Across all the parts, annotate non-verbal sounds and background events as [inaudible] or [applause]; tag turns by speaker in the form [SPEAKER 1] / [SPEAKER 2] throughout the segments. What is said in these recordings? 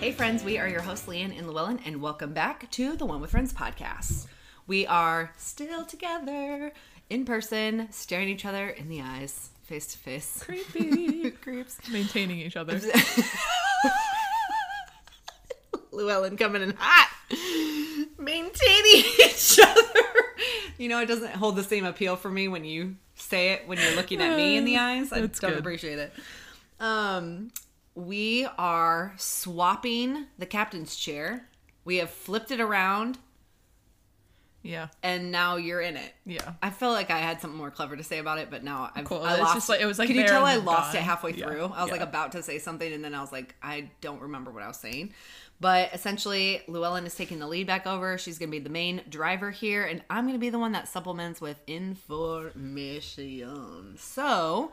[SPEAKER 1] Hey, friends, we are your hosts, Leanne and Llewellyn, and welcome back to the One with Friends podcast. We are still together in person, staring each other in the eyes, face to face.
[SPEAKER 2] [laughs] Creepy.
[SPEAKER 1] Creeps.
[SPEAKER 2] Maintaining each other.
[SPEAKER 1] [laughs] Llewellyn coming in hot, maintaining each other. You know, it doesn't hold the same appeal for me when you say it when you're looking at me in the eyes. I
[SPEAKER 2] That's
[SPEAKER 1] don't
[SPEAKER 2] good.
[SPEAKER 1] appreciate it. Um, we are swapping the captain's chair. We have flipped it around,
[SPEAKER 2] Yeah.
[SPEAKER 1] and now you're in it.
[SPEAKER 2] Yeah.
[SPEAKER 1] I feel like I had something more clever to say about it, but now I've,
[SPEAKER 2] Cool.
[SPEAKER 1] I
[SPEAKER 2] It's
[SPEAKER 1] lost.
[SPEAKER 2] just like- it was like
[SPEAKER 1] Can you
[SPEAKER 2] there
[SPEAKER 1] tell
[SPEAKER 2] and
[SPEAKER 1] I
[SPEAKER 2] then
[SPEAKER 1] lost it
[SPEAKER 2] gone.
[SPEAKER 1] halfway
[SPEAKER 2] Yeah.
[SPEAKER 1] through? I was like
[SPEAKER 2] Yeah.
[SPEAKER 1] about to say something, and then I was like, I don't remember what I was saying. But essentially, Llewellyn is taking the lead back over. She's going to be the main driver here, and I'm going to be the one that supplements with information. So,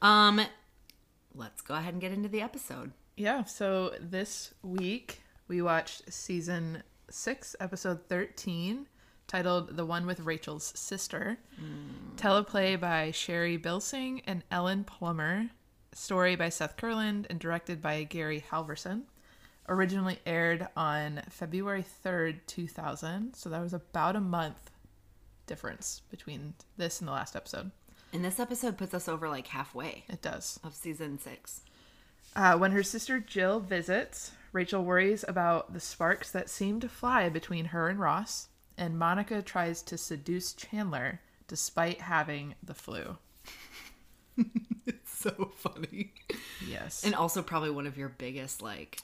[SPEAKER 1] um, let's go ahead and get into the episode.
[SPEAKER 2] Yeah. So this week we watched season six, episode 13, titled The One with Rachel's Sister. Mm. Teleplay by Sherry Bilsing and Ellen Plummer. Story by Seth Kurland and directed by Gary Halverson. Originally aired on February 3rd, 2000. So that was about a month difference between this and the last episode.
[SPEAKER 1] And this episode puts us over like halfway
[SPEAKER 2] It does.
[SPEAKER 1] of season
[SPEAKER 2] [laughs]
[SPEAKER 1] six.
[SPEAKER 2] Uh, when her sister Jill visits, Rachel worries about the sparks that seem to fly between her and Ross, and Monica tries to seduce Chandler despite having the flu.
[SPEAKER 1] So funny.
[SPEAKER 2] Yes.
[SPEAKER 1] And also, probably one of your biggest, like,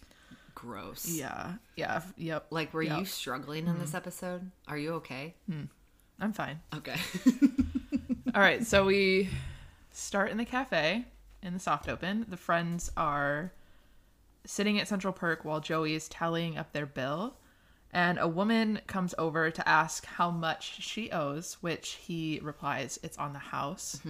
[SPEAKER 1] gross.
[SPEAKER 2] yeah. Yeah. f- Yep.
[SPEAKER 1] Like, were
[SPEAKER 2] Yeah.
[SPEAKER 1] you struggling in this episode? Are you okay?
[SPEAKER 2] I'm fine.
[SPEAKER 1] Okay. [laughs]
[SPEAKER 2] All right. So we start in the cafe in the soft open. The friends are sitting at Central Perk while Joey is tallying up their bill. And a woman comes over to ask how much she owes, which he replies, it's on the house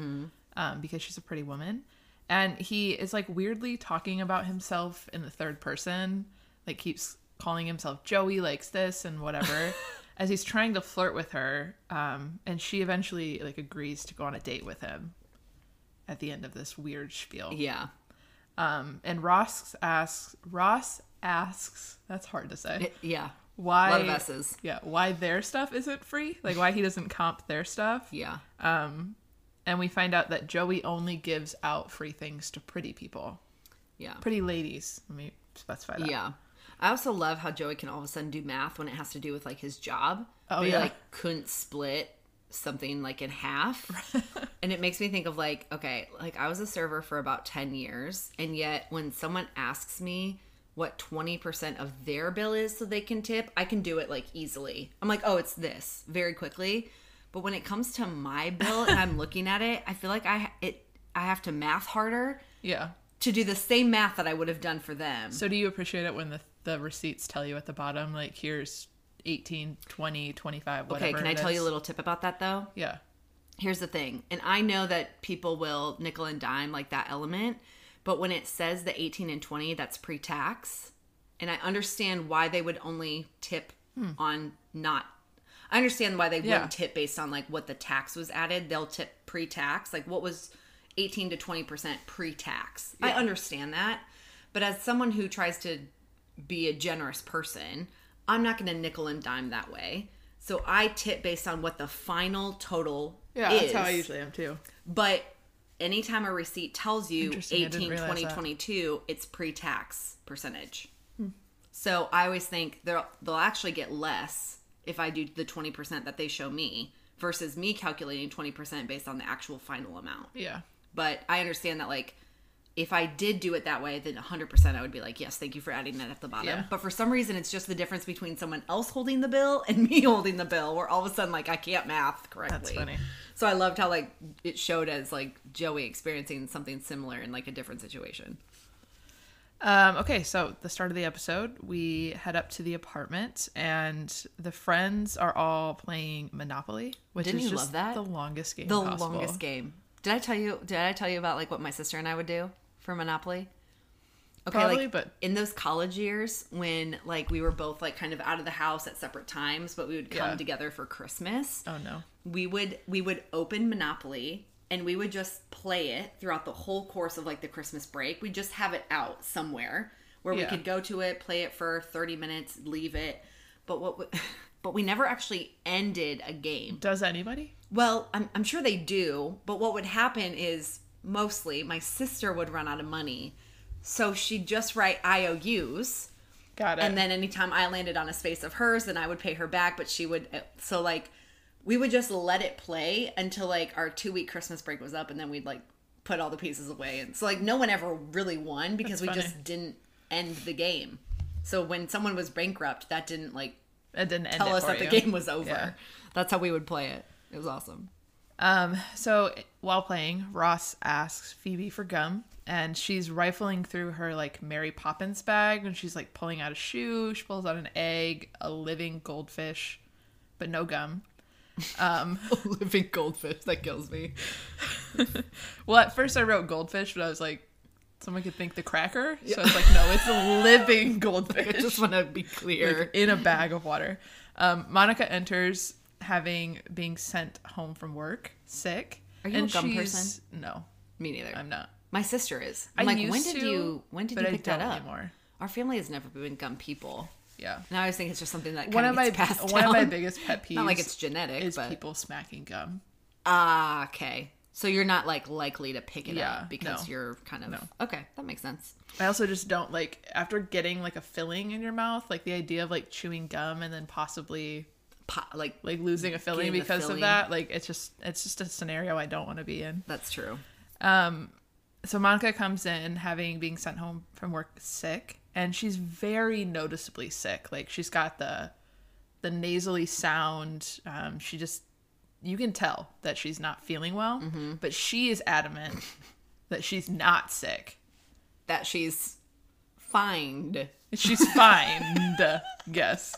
[SPEAKER 2] um, because she's a pretty woman. And he is like weirdly talking about himself in the third person, like keeps calling himself Joey likes this and whatever, as he's trying to flirt with her. Um, and she eventually like agrees to go on a date with him at the end of this weird spiel.
[SPEAKER 1] yeah.
[SPEAKER 2] Um, and Ross asks, Ross asks, that's hard to say.
[SPEAKER 1] It- yeah.
[SPEAKER 2] why?
[SPEAKER 1] A lot of S's.
[SPEAKER 2] Yeah, why their stuff isn't free? Like why he doesn't comp their stuff?
[SPEAKER 1] Yeah.
[SPEAKER 2] And we find out that Joey only gives out free things to pretty people,
[SPEAKER 1] Yeah.
[SPEAKER 2] pretty ladies. Let me specify that.
[SPEAKER 1] Yeah. I also love how Joey can all of a sudden do math when it has to do with like his job.
[SPEAKER 2] Oh,
[SPEAKER 1] But he,
[SPEAKER 2] yeah.
[SPEAKER 1] like couldn't split something like in
[SPEAKER 2] [laughs]
[SPEAKER 1] half. and it makes me think of like, okay, like I was a server for about 10 years. And yet when someone asks me what 20% of their bill is so they can tip, I can do it like easily. I'm like, oh, it's this very quickly. But when it comes to my bill and
[SPEAKER 2] [laughs]
[SPEAKER 1] I'm looking at it, I feel like I it I have to math harder
[SPEAKER 2] Yeah.
[SPEAKER 1] to do the same math that I would have done for them.
[SPEAKER 2] So do you appreciate it when the the receipts tell you at the bottom like here's 18, 20, 25, whatever.
[SPEAKER 1] Okay, can I
[SPEAKER 2] it
[SPEAKER 1] tell you
[SPEAKER 2] is?
[SPEAKER 1] a little tip about that though?
[SPEAKER 2] Yeah.
[SPEAKER 1] Here's the thing, and I know that people will nickel and dime like that element, but when it says the 18 and 20, that's pre tax. And I understand why they would only tip on not. I understand why they
[SPEAKER 2] Yeah.
[SPEAKER 1] wouldn't tip based on like what the tax was added. They'll tip pre tax. Like what was 18 to 20% pre tax? I understand that. But as someone who tries to be a generous person. I'm not going to nickel and dime that way. So I tip based on what the final total
[SPEAKER 2] Yeah,
[SPEAKER 1] is.
[SPEAKER 2] that's how I usually am too.
[SPEAKER 1] But anytime a receipt tells you
[SPEAKER 2] Interesting, I didn't
[SPEAKER 1] 18, 20,
[SPEAKER 2] realize that.
[SPEAKER 1] 22, it's pre-tax percentage.
[SPEAKER 2] Hmm.
[SPEAKER 1] So I always think they'll they'll actually get less if I do the 20% that they show me versus me calculating 20% based on the actual final amount.
[SPEAKER 2] Yeah.
[SPEAKER 1] But I understand that like if I did do it that way, then 100% I would be like, yes, thank you for adding that at the bottom.
[SPEAKER 2] Yeah.
[SPEAKER 1] But for some reason, it's just the difference between someone else holding the bill and [laughs] me holding the bill, where all of a sudden, like, I can't math correctly.
[SPEAKER 2] funny.
[SPEAKER 1] So I loved how, like, it showed as, like, Joey experiencing something similar in, like, a different situation.
[SPEAKER 2] Um, okay, so the start of the episode, we head up to the apartment, and the friends are all playing Monopoly, which
[SPEAKER 1] Didn't
[SPEAKER 2] is
[SPEAKER 1] you
[SPEAKER 2] just
[SPEAKER 1] love that?
[SPEAKER 2] the longest game.
[SPEAKER 1] The
[SPEAKER 2] possible.
[SPEAKER 1] longest game. Did I tell you? Did I tell you about like what my sister and I would do for Monopoly? Okay,
[SPEAKER 2] Probably,
[SPEAKER 1] like
[SPEAKER 2] but-
[SPEAKER 1] in those college years when like we were both like kind of out of the house at separate times, but we would come
[SPEAKER 2] Yeah.
[SPEAKER 1] together for Christmas.
[SPEAKER 2] Oh no.
[SPEAKER 1] We would we would open Monopoly and we would just play it throughout the whole course of like the Christmas break. We'd just have it out somewhere. where we
[SPEAKER 2] Yeah.
[SPEAKER 1] could go to it, play it for 30 minutes, leave it. But what we, [laughs] but we never actually ended a game.
[SPEAKER 2] Does anybody?
[SPEAKER 1] Well, I'm, I'm sure they do, but what would happen is mostly my sister would run out of money. So she'd just write IOUs.
[SPEAKER 2] Got it.
[SPEAKER 1] And then anytime I landed on a space of hers, then I would pay her back, but she would. uh, So, like, we would just let it play until like our two week Christmas break was up, and then we'd like put all the pieces away. And so, like, no one ever really won because
[SPEAKER 2] That's
[SPEAKER 1] we
[SPEAKER 2] funny.
[SPEAKER 1] just didn't end the game. So, when someone was bankrupt, that didn't like
[SPEAKER 2] it didn't end
[SPEAKER 1] tell
[SPEAKER 2] it
[SPEAKER 1] us
[SPEAKER 2] for
[SPEAKER 1] that
[SPEAKER 2] you.
[SPEAKER 1] the game was over.
[SPEAKER 2] Yeah.
[SPEAKER 1] That's how we would play it. It was awesome.
[SPEAKER 2] Um, so while playing, Ross asks Phoebe for gum, and she's rifling through her like Mary Poppins bag, and she's like pulling out a shoe. She pulls out an egg, a living goldfish, but no gum. Um,
[SPEAKER 1] [laughs] Living goldfish, that kills me.
[SPEAKER 2] [laughs] Well, at first I wrote goldfish, but I was like, someone could think the cracker, so I was like, no, it's a living goldfish.
[SPEAKER 1] I just want to be clear.
[SPEAKER 2] like,
[SPEAKER 1] [laughs]
[SPEAKER 2] in a bag of water. Um, Monica enters having being sent home from work sick.
[SPEAKER 1] Are you a gum
[SPEAKER 2] she's-
[SPEAKER 1] person?
[SPEAKER 2] No,
[SPEAKER 1] me neither.
[SPEAKER 2] I'm not.
[SPEAKER 1] my sister is.
[SPEAKER 2] I
[SPEAKER 1] I'm like,
[SPEAKER 2] used
[SPEAKER 1] when did
[SPEAKER 2] to,
[SPEAKER 1] you? When did
[SPEAKER 2] but
[SPEAKER 1] you
[SPEAKER 2] I
[SPEAKER 1] pick that
[SPEAKER 2] don't
[SPEAKER 1] up?
[SPEAKER 2] anymore.
[SPEAKER 1] Our family has never been gum people.
[SPEAKER 2] Yeah.
[SPEAKER 1] And I always think it's just something that
[SPEAKER 2] One
[SPEAKER 1] kind
[SPEAKER 2] of
[SPEAKER 1] of
[SPEAKER 2] my
[SPEAKER 1] gets passed
[SPEAKER 2] one of my
[SPEAKER 1] down.
[SPEAKER 2] biggest pet
[SPEAKER 1] [laughs]
[SPEAKER 2] peeves
[SPEAKER 1] Not like it's genetic,
[SPEAKER 2] is
[SPEAKER 1] but
[SPEAKER 2] people smacking gum.
[SPEAKER 1] ah, okay. So you're not like likely to pick it
[SPEAKER 2] Yeah,
[SPEAKER 1] up because
[SPEAKER 2] no.
[SPEAKER 1] you're kind of okay. That makes sense.
[SPEAKER 2] I also just don't like after getting like a filling in your mouth, like the idea of like chewing gum and then possibly
[SPEAKER 1] Po- like
[SPEAKER 2] like losing a filling
[SPEAKER 1] Getting the
[SPEAKER 2] because
[SPEAKER 1] filling.
[SPEAKER 2] of that. Like it's just it's just a scenario I don't want to be in.
[SPEAKER 1] that's true.
[SPEAKER 2] So Monica comes in having being sent home from work sick, and she's very noticeably sick. Like she's got the the nasally sound. Um, she just you can tell that she's not feeling well, but she is adamant that she's not sick.
[SPEAKER 1] That she's fined.
[SPEAKER 2] She's fine. [laughs] yes,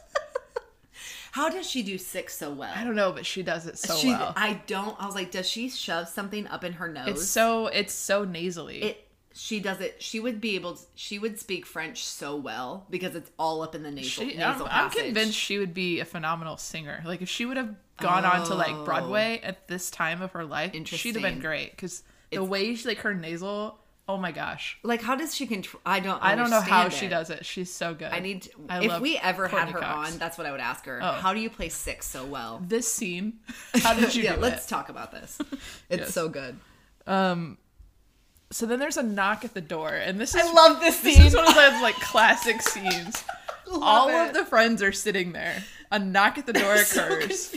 [SPEAKER 1] How does she do six so well?
[SPEAKER 2] I don't know, but she does it so
[SPEAKER 1] she,
[SPEAKER 2] well.
[SPEAKER 1] I don't. I was like, does she shove something up in her nose?
[SPEAKER 2] It's so it's so nasally.
[SPEAKER 1] it. She does it. She would be able. To, she would speak French so well because it's all up in the nasal.
[SPEAKER 2] She- I'm,
[SPEAKER 1] nasal
[SPEAKER 2] I'm
[SPEAKER 1] passage.
[SPEAKER 2] convinced she would be a phenomenal singer. Like if she would have gone on to like Broadway at this time of her life, she'd have
[SPEAKER 1] Interesting.
[SPEAKER 2] been great. Because the way she like her nasal, oh my gosh,
[SPEAKER 1] Like, how does she control? I don't.
[SPEAKER 2] I don't know how
[SPEAKER 1] understand
[SPEAKER 2] she
[SPEAKER 1] it.
[SPEAKER 2] does it. She's so good.
[SPEAKER 1] I need. To,
[SPEAKER 2] I
[SPEAKER 1] if
[SPEAKER 2] love
[SPEAKER 1] we ever
[SPEAKER 2] Courtney
[SPEAKER 1] had her
[SPEAKER 2] Cox.
[SPEAKER 1] on, that's what I would ask her. How do you play six so well?
[SPEAKER 2] this scene, [laughs] how did you
[SPEAKER 1] yeah,
[SPEAKER 2] do
[SPEAKER 1] let's
[SPEAKER 2] it?
[SPEAKER 1] talk about
[SPEAKER 2] [laughs]
[SPEAKER 1] this. It's
[SPEAKER 2] Yes.
[SPEAKER 1] so good.
[SPEAKER 2] So then there's a knock at the door, and this is
[SPEAKER 1] I love this
[SPEAKER 2] this
[SPEAKER 1] scene.
[SPEAKER 2] is one of those like classic [laughs] scenes. all
[SPEAKER 1] it. [laughs]
[SPEAKER 2] of the friends are sitting there. A knock at the [laughs] door occurs,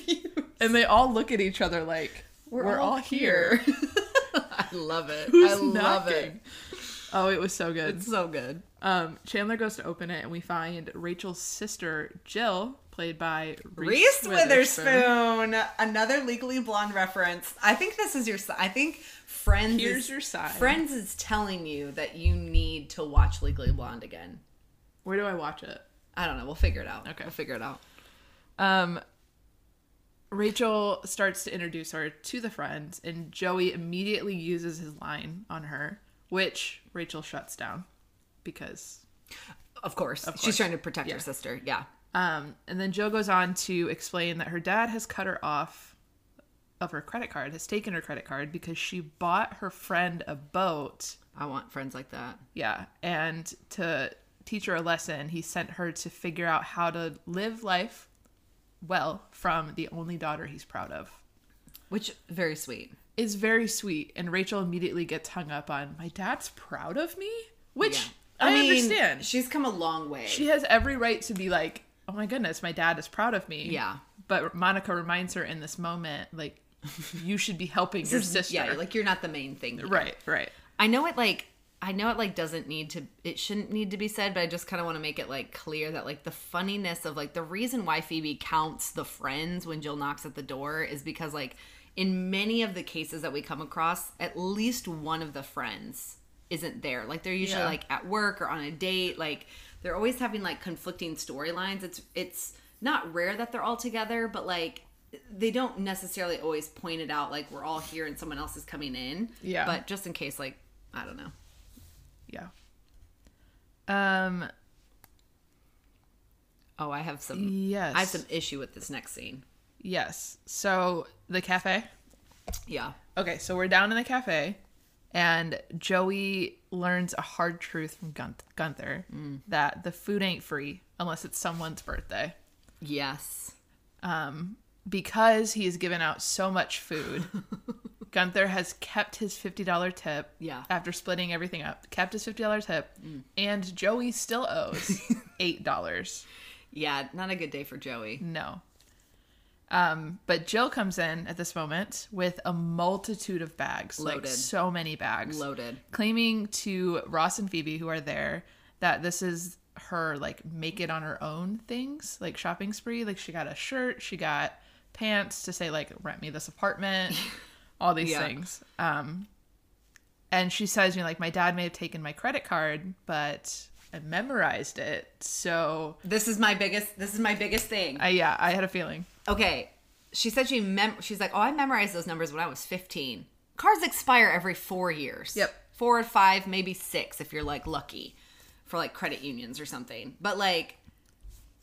[SPEAKER 2] and they all look at each other like, "We're, all, here.
[SPEAKER 1] [laughs] I love it.
[SPEAKER 2] Who's
[SPEAKER 1] I love it.
[SPEAKER 2] knocking? Oh, it was so good.
[SPEAKER 1] It's so good.
[SPEAKER 2] Um, Chandler goes to open it, and we find Rachel's sister, Jill, played by
[SPEAKER 1] Reese Witherspoon. another Legally Blonde reference. I think this is your. si- I think Friends.
[SPEAKER 2] Here's
[SPEAKER 1] is,
[SPEAKER 2] your sign.
[SPEAKER 1] Friends is telling you that you need to watch Legally Blonde again.
[SPEAKER 2] Where do I watch it?
[SPEAKER 1] I don't know. We'll figure it out.
[SPEAKER 2] Okay.
[SPEAKER 1] we'll figure it out.
[SPEAKER 2] Um, Rachel starts to introduce her to the friends, and Joey immediately uses his line on her, which Rachel shuts down because.
[SPEAKER 1] Of course.
[SPEAKER 2] course.
[SPEAKER 1] she's trying to protect
[SPEAKER 2] Yeah.
[SPEAKER 1] her sister. Yeah.
[SPEAKER 2] Um, and then Jill goes on to explain that her dad has cut her off of her credit card, has taken her credit card because she bought her friend a boat.
[SPEAKER 1] I want friends like that.
[SPEAKER 2] Yeah. And to teach her a lesson, he sent her to figure out how to live life well from the only daughter he's proud of.
[SPEAKER 1] Which very sweet.
[SPEAKER 2] It's very sweet. And Rachel immediately gets hung up on, my dad's proud of me? Which I,
[SPEAKER 1] mean,
[SPEAKER 2] understand. She,
[SPEAKER 1] She's come a long way.
[SPEAKER 2] has every right to be like, oh my goodness, my dad is proud of me.
[SPEAKER 1] Yeah.
[SPEAKER 2] But Monica reminds her in this moment, like, you should
[SPEAKER 1] [laughs]
[SPEAKER 2] be helping your sister.
[SPEAKER 1] Yeah, like you're not the main thing. here.
[SPEAKER 2] right, right.
[SPEAKER 1] I know it like I know it like doesn't need to it shouldn't need to be said, but I just kind of want to make it like clear that like the funniness of like the reason why Phoebe counts the friends when Jill knocks at the door is because like in many of the cases that we come across, at least one of the friends isn't there. Like they're usually
[SPEAKER 2] Yeah.
[SPEAKER 1] like at work or on a date, like they're always having like conflicting storylines. It's it's not rare that they're all together, but like they don't necessarily always point it out like we're all here and someone else is coming in.
[SPEAKER 2] Yeah.
[SPEAKER 1] But just in case, like, I don't know.
[SPEAKER 2] Yeah. Um,
[SPEAKER 1] Oh, I have some.
[SPEAKER 2] yes.
[SPEAKER 1] I have some issue with this next scene.
[SPEAKER 2] Yes. So the cafe.
[SPEAKER 1] Yeah.
[SPEAKER 2] Okay, so we're down in the cafe, and Joey learns a hard truth from Gun- Gunther
[SPEAKER 1] Mm.
[SPEAKER 2] that the food ain't free unless it's someone's birthday.
[SPEAKER 1] Yes.
[SPEAKER 2] Because he has given out so much food,
[SPEAKER 1] [laughs]
[SPEAKER 2] Gunther has kept his $50 tip
[SPEAKER 1] Yeah. Mm.
[SPEAKER 2] after splitting everything up, kept his $50 tip, and Joey still
[SPEAKER 1] [laughs]
[SPEAKER 2] owes $8.
[SPEAKER 1] Yeah, not a good day for Joey.
[SPEAKER 2] No. Um, but Jill comes in at this moment with a multitude of bags, like
[SPEAKER 1] Loaded.
[SPEAKER 2] so many bags,
[SPEAKER 1] Loaded.
[SPEAKER 2] claiming to Ross and Phoebe, who are there, that this is her like make it on her own things, like shopping spree. Like she got a shirt, she got pants to say like rent me this apartment, all these
[SPEAKER 1] Yeah.
[SPEAKER 2] things. Um, and she says, you know, like my dad may have taken my credit card, but I memorized it, so
[SPEAKER 1] This is my biggest this is my biggest thing.
[SPEAKER 2] I, yeah, I had a feeling.
[SPEAKER 1] Okay. She said she mem she's like, Oh, I memorized those numbers when I was fifteen. Cards expire every four years.
[SPEAKER 2] Yep.
[SPEAKER 1] Four or five, maybe six if you're like lucky for like credit unions or something. But like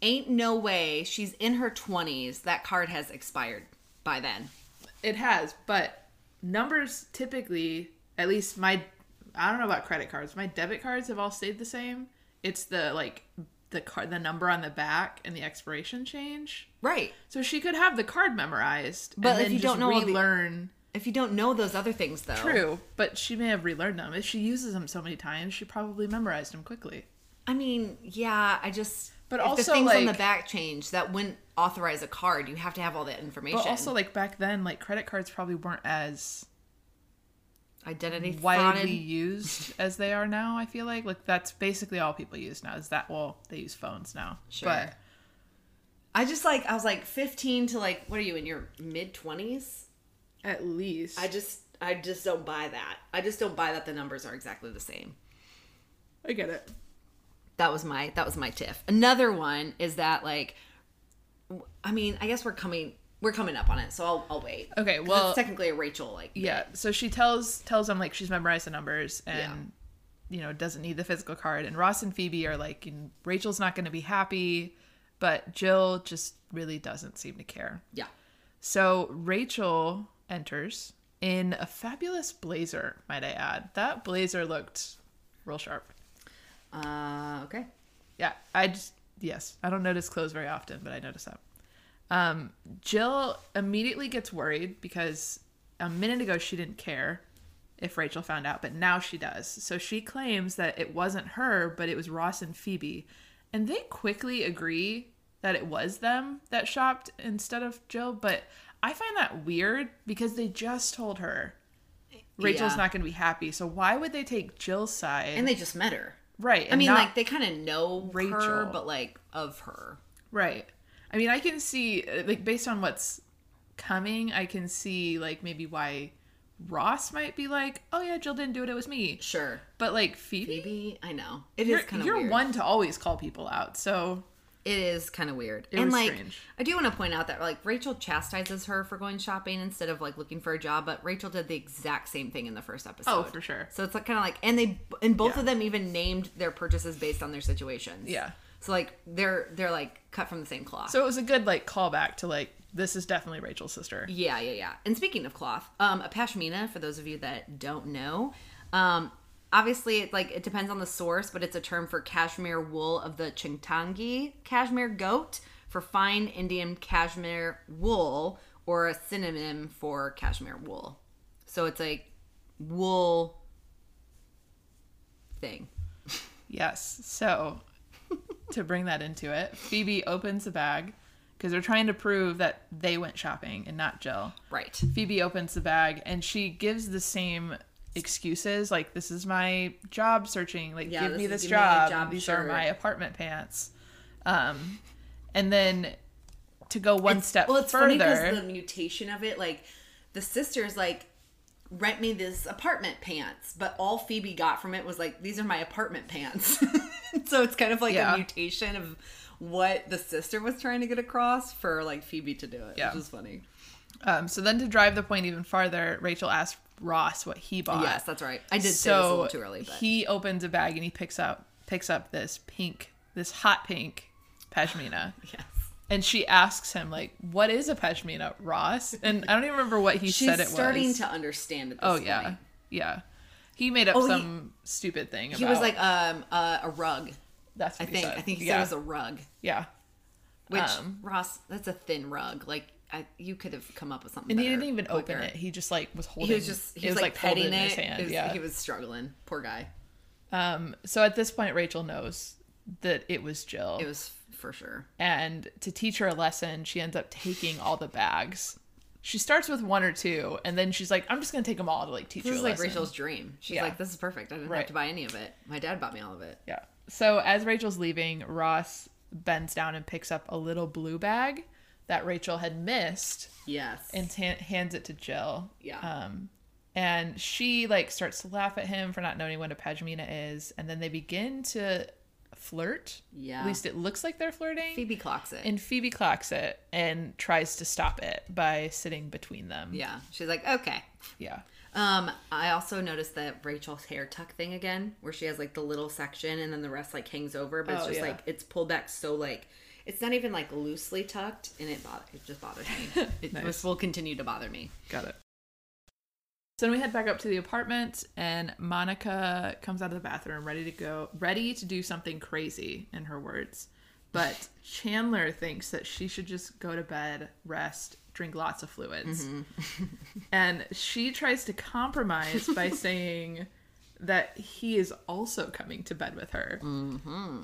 [SPEAKER 1] ain't no way she's in her twenties. That card has expired by then.
[SPEAKER 2] It has, but numbers typically, at least my, I don't know about credit cards. My debit cards have all stayed the same. It's the like the card, the number on the back, and the expiration change.
[SPEAKER 1] Right.
[SPEAKER 2] So she could have the card memorized,
[SPEAKER 1] But
[SPEAKER 2] and
[SPEAKER 1] if
[SPEAKER 2] then
[SPEAKER 1] you
[SPEAKER 2] just
[SPEAKER 1] don't know all the-
[SPEAKER 2] relearn.
[SPEAKER 1] If you don't know those other things though.
[SPEAKER 2] True, but she may have relearned them. If she uses them so many times, she probably memorized them quickly.
[SPEAKER 1] I mean, yeah, I just
[SPEAKER 2] But
[SPEAKER 1] if
[SPEAKER 2] also,
[SPEAKER 1] the things on the
[SPEAKER 2] like-
[SPEAKER 1] back change that wouldn't authorize a card. You have to have all that information.
[SPEAKER 2] But also, like back then, like credit cards probably weren't as
[SPEAKER 1] identity
[SPEAKER 2] widely
[SPEAKER 1] fraud.
[SPEAKER 2] used as they are now. I feel like like that's basically all people use now. Is that well they use phones now,
[SPEAKER 1] Sure. I just like I was like 15 to like what are you in your mid 20s?
[SPEAKER 2] at least
[SPEAKER 1] I just I just don't buy that. I just don't buy that the numbers are exactly the same.
[SPEAKER 2] I get it.
[SPEAKER 1] That was my that was my tiff. Another one is that like w- I mean, I guess we're coming we're coming up on it, so I'll I'll wait. 'Cause
[SPEAKER 2] Okay,
[SPEAKER 1] it's
[SPEAKER 2] well
[SPEAKER 1] technically a Rachel like
[SPEAKER 2] yeah. So she tells tells them like she's memorized the numbers and you know doesn't need the physical card. And Ross and Phoebe are like, you know, Rachel's not going to be happy, but Jill just really doesn't seem to care.
[SPEAKER 1] yeah.
[SPEAKER 2] So Rachel enters in a fabulous blazer, might I add. That blazer looked real sharp.
[SPEAKER 1] Uh okay.
[SPEAKER 2] Yeah, I just yes, I don't notice clothes very often, but I notice that. Um, Jill immediately gets worried because a minute ago she didn't care if Rachel found out, but now she does. So she claims that it wasn't her, but it was Ross and Phoebe, and they quickly agree that it was them that shopped instead of Jill. But I find that weird because they just told her Rachel's
[SPEAKER 1] Yeah.
[SPEAKER 2] not going to be happy. So why would they take Jill's side?
[SPEAKER 1] And they just met her.
[SPEAKER 2] right.
[SPEAKER 1] I
[SPEAKER 2] and
[SPEAKER 1] mean,
[SPEAKER 2] not-
[SPEAKER 1] like they kind of know her,
[SPEAKER 2] Rachel.
[SPEAKER 1] but like of her.
[SPEAKER 2] Right. I mean, I can see uh, like based on what's coming, I can see like maybe why Ross might be like, "Oh yeah, Jill didn't do it. It was me."
[SPEAKER 1] Sure,
[SPEAKER 2] But like Phoebe,
[SPEAKER 1] maybe I know it
[SPEAKER 2] you're,
[SPEAKER 1] kind of
[SPEAKER 2] you're
[SPEAKER 1] weird.
[SPEAKER 2] one to always call people out. So
[SPEAKER 1] It is kind of weird.
[SPEAKER 2] It
[SPEAKER 1] and
[SPEAKER 2] was
[SPEAKER 1] like,
[SPEAKER 2] strange.
[SPEAKER 1] I do want to point out that like Rachel chastises her for going shopping instead of like looking for a job, but Rachel did the exact same thing in the first episode.
[SPEAKER 2] oh, for sure.
[SPEAKER 1] So it's like kind of like, and they and both
[SPEAKER 2] Yeah.
[SPEAKER 1] of them even named their purchases based on their situations.
[SPEAKER 2] Yeah.
[SPEAKER 1] So like they're they're like cut from the same cloth.
[SPEAKER 2] So it was a good like callback to like this is definitely Rachel's sister.
[SPEAKER 1] Yeah, yeah, yeah. And speaking of cloth, um, a pashmina, for those of you that don't know, um, obviously it like it depends on the source, but it's a term for cashmere wool of the Chingtangi cashmere goat for fine Indian cashmere wool or a synonym for cashmere wool. So it's like wool thing.
[SPEAKER 2] Yes. So to bring that into it, Phoebe opens the bag because they're trying to prove that they went shopping and not Jill.
[SPEAKER 1] Right.
[SPEAKER 2] Phoebe opens the bag and she gives the same excuses like this is my job searching like
[SPEAKER 1] Yeah,
[SPEAKER 2] give
[SPEAKER 1] this
[SPEAKER 2] me
[SPEAKER 1] is-
[SPEAKER 2] this
[SPEAKER 1] give me my
[SPEAKER 2] job,
[SPEAKER 1] job
[SPEAKER 2] these are
[SPEAKER 1] shirt."
[SPEAKER 2] my apartment pants um and then to go one step
[SPEAKER 1] well it's funny
[SPEAKER 2] further
[SPEAKER 1] because the mutation of it like the sisters like rent me this apartment pants but all phoebe got from it was like these are my apartment pants [laughs] so it's kind of like
[SPEAKER 2] Yeah.
[SPEAKER 1] a mutation of what the sister was trying to get across for like phoebe to do it
[SPEAKER 2] Yeah.
[SPEAKER 1] which is funny
[SPEAKER 2] um so then to drive the point even farther rachel asked ross what he bought
[SPEAKER 1] yes that's right i did say this a
[SPEAKER 2] so
[SPEAKER 1] little too early but
[SPEAKER 2] he opens a bag and he picks up picks up this pink this hot pink pashmina
[SPEAKER 1] yes
[SPEAKER 2] and she asks him like what is a pashmina ross and i don't even remember what he
[SPEAKER 1] [laughs] she's
[SPEAKER 2] said it
[SPEAKER 1] starting
[SPEAKER 2] was
[SPEAKER 1] to understand at this
[SPEAKER 2] Oh
[SPEAKER 1] point
[SPEAKER 2] yeah, yeah. He made up
[SPEAKER 1] Oh, he-
[SPEAKER 2] some stupid thing. About,
[SPEAKER 1] He was like um uh, a rug.
[SPEAKER 2] that's
[SPEAKER 1] I
[SPEAKER 2] what he
[SPEAKER 1] think.
[SPEAKER 2] said.
[SPEAKER 1] I think he
[SPEAKER 2] yeah.
[SPEAKER 1] said it was a rug.
[SPEAKER 2] yeah.
[SPEAKER 1] Which
[SPEAKER 2] Um,
[SPEAKER 1] Ross, that's a thin rug. Like I, you could have come up with something.
[SPEAKER 2] And he
[SPEAKER 1] better
[SPEAKER 2] didn't even open
[SPEAKER 1] quicker.
[SPEAKER 2] it. He just like was holding.
[SPEAKER 1] He was just he
[SPEAKER 2] it
[SPEAKER 1] was, like,
[SPEAKER 2] folded
[SPEAKER 1] petting it.
[SPEAKER 2] in his hand.
[SPEAKER 1] It was-
[SPEAKER 2] yeah.
[SPEAKER 1] He was struggling. Poor guy.
[SPEAKER 2] um. So at this point, Rachel knows that it was Jill,
[SPEAKER 1] It was f- for sure.
[SPEAKER 2] and to teach her a lesson, she ends up taking all the bags. She starts with one or two, and then she's like, "I'm just gonna take them all to like teach
[SPEAKER 1] This
[SPEAKER 2] her
[SPEAKER 1] is
[SPEAKER 2] a
[SPEAKER 1] like
[SPEAKER 2] lesson."
[SPEAKER 1] Rachel's dream. She's
[SPEAKER 2] Yeah.
[SPEAKER 1] like, this is perfect. I didn't
[SPEAKER 2] Right.
[SPEAKER 1] have to buy any of it. My dad bought me all of it.
[SPEAKER 2] Yeah. So as Rachel's leaving, Ross bends down and picks up a little blue bag that Rachel had missed
[SPEAKER 1] Yes.
[SPEAKER 2] and han- hands it to Jill.
[SPEAKER 1] Yeah.
[SPEAKER 2] Um, and she like starts to laugh at him for not knowing what a pajamina is, and then they begin to flirt.
[SPEAKER 1] Yeah.
[SPEAKER 2] At least it looks like they're flirting.
[SPEAKER 1] Phoebe clocks it.
[SPEAKER 2] And Phoebe clocks it and tries to stop it by sitting between them.
[SPEAKER 1] yeah. She's like, okay.
[SPEAKER 2] Yeah.
[SPEAKER 1] Um, I also noticed that Rachel's hair tuck thing again, where she has like the little section and then the rest like hangs over, but it's
[SPEAKER 2] Oh,
[SPEAKER 1] just
[SPEAKER 2] yeah.
[SPEAKER 1] like it's pulled back so like it's not even like loosely tucked, and it bothers it just bothers me.
[SPEAKER 2] [laughs]
[SPEAKER 1] It
[SPEAKER 2] Nice.
[SPEAKER 1] this will continue to bother me.
[SPEAKER 2] Got it. So then we head back up to the apartment, and Monica comes out of the bathroom ready to go, ready to do something crazy, in her words. But Chandler thinks that she should just go to bed, rest, drink lots of fluids. and she tries to compromise by saying that he is also coming to bed with her. Mm-hmm.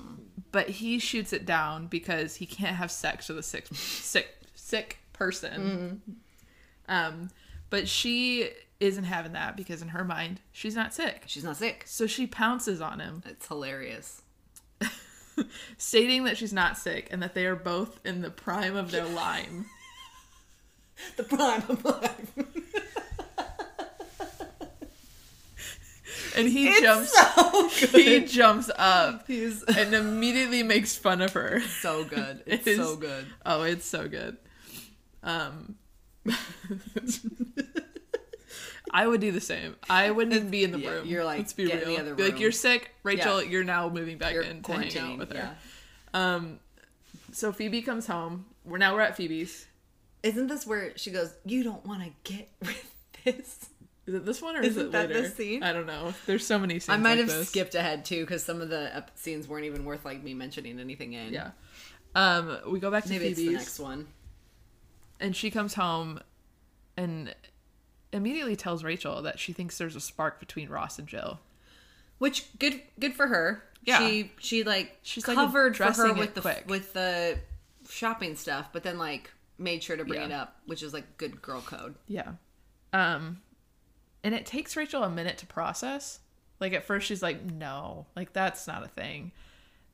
[SPEAKER 2] But he shoots it down because he can't have sex with a sick, sick, sick person. Um, but she isn't having that because in her mind, she's not sick.
[SPEAKER 1] She's not sick.
[SPEAKER 2] So she pounces on him,
[SPEAKER 1] It's
[SPEAKER 2] [laughs]
[SPEAKER 1] hilarious.
[SPEAKER 2] stating that she's not sick and that they are both in the prime of their lime.
[SPEAKER 1] The prime of life.
[SPEAKER 2] And he jumps
[SPEAKER 1] So
[SPEAKER 2] he jumps up
[SPEAKER 1] He's
[SPEAKER 2] and immediately makes fun of her.
[SPEAKER 1] so
[SPEAKER 2] [laughs]
[SPEAKER 1] good. It's
[SPEAKER 2] It
[SPEAKER 1] so
[SPEAKER 2] is-
[SPEAKER 1] good.
[SPEAKER 2] Oh, it's so good. Um [laughs] I would do the same. I wouldn't be in the
[SPEAKER 1] yeah,
[SPEAKER 2] room.
[SPEAKER 1] you're like,
[SPEAKER 2] let's be
[SPEAKER 1] get in
[SPEAKER 2] real.
[SPEAKER 1] the other
[SPEAKER 2] Be like
[SPEAKER 1] room.
[SPEAKER 2] you're sick, Rachel. You're now moving back
[SPEAKER 1] You're
[SPEAKER 2] in to hang out
[SPEAKER 1] quarantining.
[SPEAKER 2] with her.
[SPEAKER 1] Yeah.
[SPEAKER 2] Um, so Phoebe comes home. We're now we're at Phoebe's.
[SPEAKER 1] Isn't this where she goes, You don't wanna get [laughs] with this?
[SPEAKER 2] Is it this one or is
[SPEAKER 1] Isn't
[SPEAKER 2] it
[SPEAKER 1] that
[SPEAKER 2] later?
[SPEAKER 1] this scene?
[SPEAKER 2] I don't know. There's so many scenes.
[SPEAKER 1] I might
[SPEAKER 2] like
[SPEAKER 1] have
[SPEAKER 2] this.
[SPEAKER 1] skipped ahead too because some of the ep- scenes weren't even worth like me mentioning anything in.
[SPEAKER 2] Yeah. Um, we go back to
[SPEAKER 1] maybe it's the
[SPEAKER 2] Phoebe's,
[SPEAKER 1] next one.
[SPEAKER 2] and she comes home, and immediately tells Rachel that she thinks there's a spark between Ross and Jill.
[SPEAKER 1] Which good good for her.
[SPEAKER 2] Yeah.
[SPEAKER 1] she she like
[SPEAKER 2] She's, like,
[SPEAKER 1] covered for her
[SPEAKER 2] addressing it
[SPEAKER 1] with the
[SPEAKER 2] quick.
[SPEAKER 1] with the shopping stuff, but then like made sure to bring
[SPEAKER 2] Yeah.
[SPEAKER 1] it up, which is like good girl code.
[SPEAKER 2] Yeah. Um, and it takes Rachel a minute to process. Like at first she's like, no, like that's not a thing.